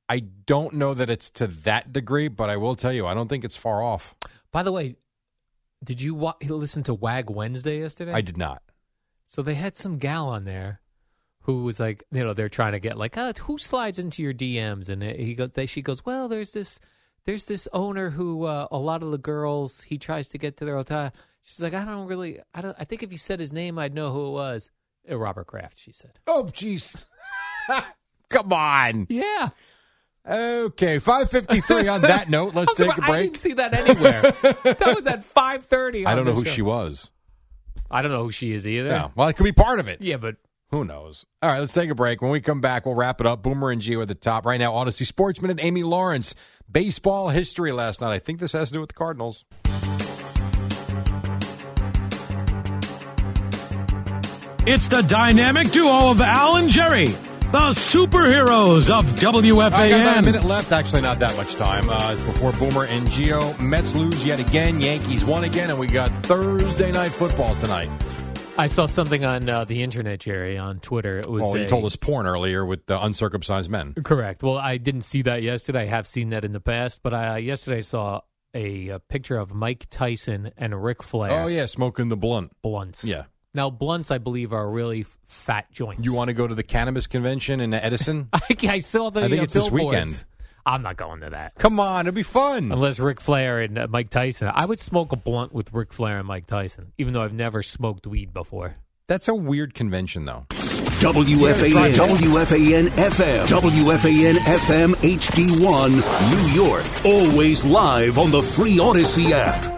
C: I don't know that it's to that degree, but I will tell you, I don't think it's far off.
B: By the way, did you wa- listen to Wag Wednesday yesterday?
C: I did not.
B: So they had some gal on there who was like, you know, they're trying to get like, oh, who slides into your DMs? And he goes, they, she goes, well, there's this, there's this owner who uh, a lot of the girls he tries to get to their hotel. She's like, I don't really, I don't, I think if you said his name, I'd know who it was. Uh, Robert Kraft, she said.
C: Oh, jeez. *laughs* Come on.
B: Yeah.
C: Okay, 553 on *laughs* that note. Let's
B: I was
C: take a
B: like, I didn't
C: break.
B: see that anywhere.
C: *laughs*
B: that was at five thirty.
C: I, don't know who she was.
B: I don't know who she is either.
C: No. Well, it could be part of it.
B: Yeah, but
C: Who knows? All right, let's take a break. When we come back, we'll wrap it up. Boomer and Gio at the top. Right now, Odyssey Sportsman and Amy Lawrence. Baseball history last night. I think this has to do with the Cardinals.
E: It's the dynamic duo of Al and Jerry, the superheroes of
C: I got about a minute
E: WFAN.
C: left. Actually, not that much time uh, before Boomer and Geo. Mets lose yet again. Yankees won again, and we got Thursday night football tonight.
B: I saw something on uh, the internet, Jerry, on Twitter. It was
C: Well, Oh, you
B: a-
C: told us porn earlier with the uncircumcised men.
B: Correct. Well, I didn't see that yesterday. I have seen that in the past, but I yesterday I saw a, uh picture of Mike Tyson and Ric Flair.
C: Oh yeah, smoking the blunt.
B: Blunts.
C: Yeah.
B: Now blunts, I believe, are really f- fat joints.
C: You want to go to the cannabis convention in Edison?
B: *laughs*
C: *laughs*
B: I, I saw the.
C: I think
B: uh,
C: it's this
B: billboards.
C: weekend.
B: I'm not going to that.
C: Come on, it'd be fun.
B: Unless Ric Flair and uh, Mike Tyson, I would smoke a blunt with Ric Flair and Mike Tyson, even though I've never smoked weed before.
C: That's a weird convention, though.
D: WFAN, WFAN FM, WFAN FM HD1, New York. Always live on the free Odyssey app.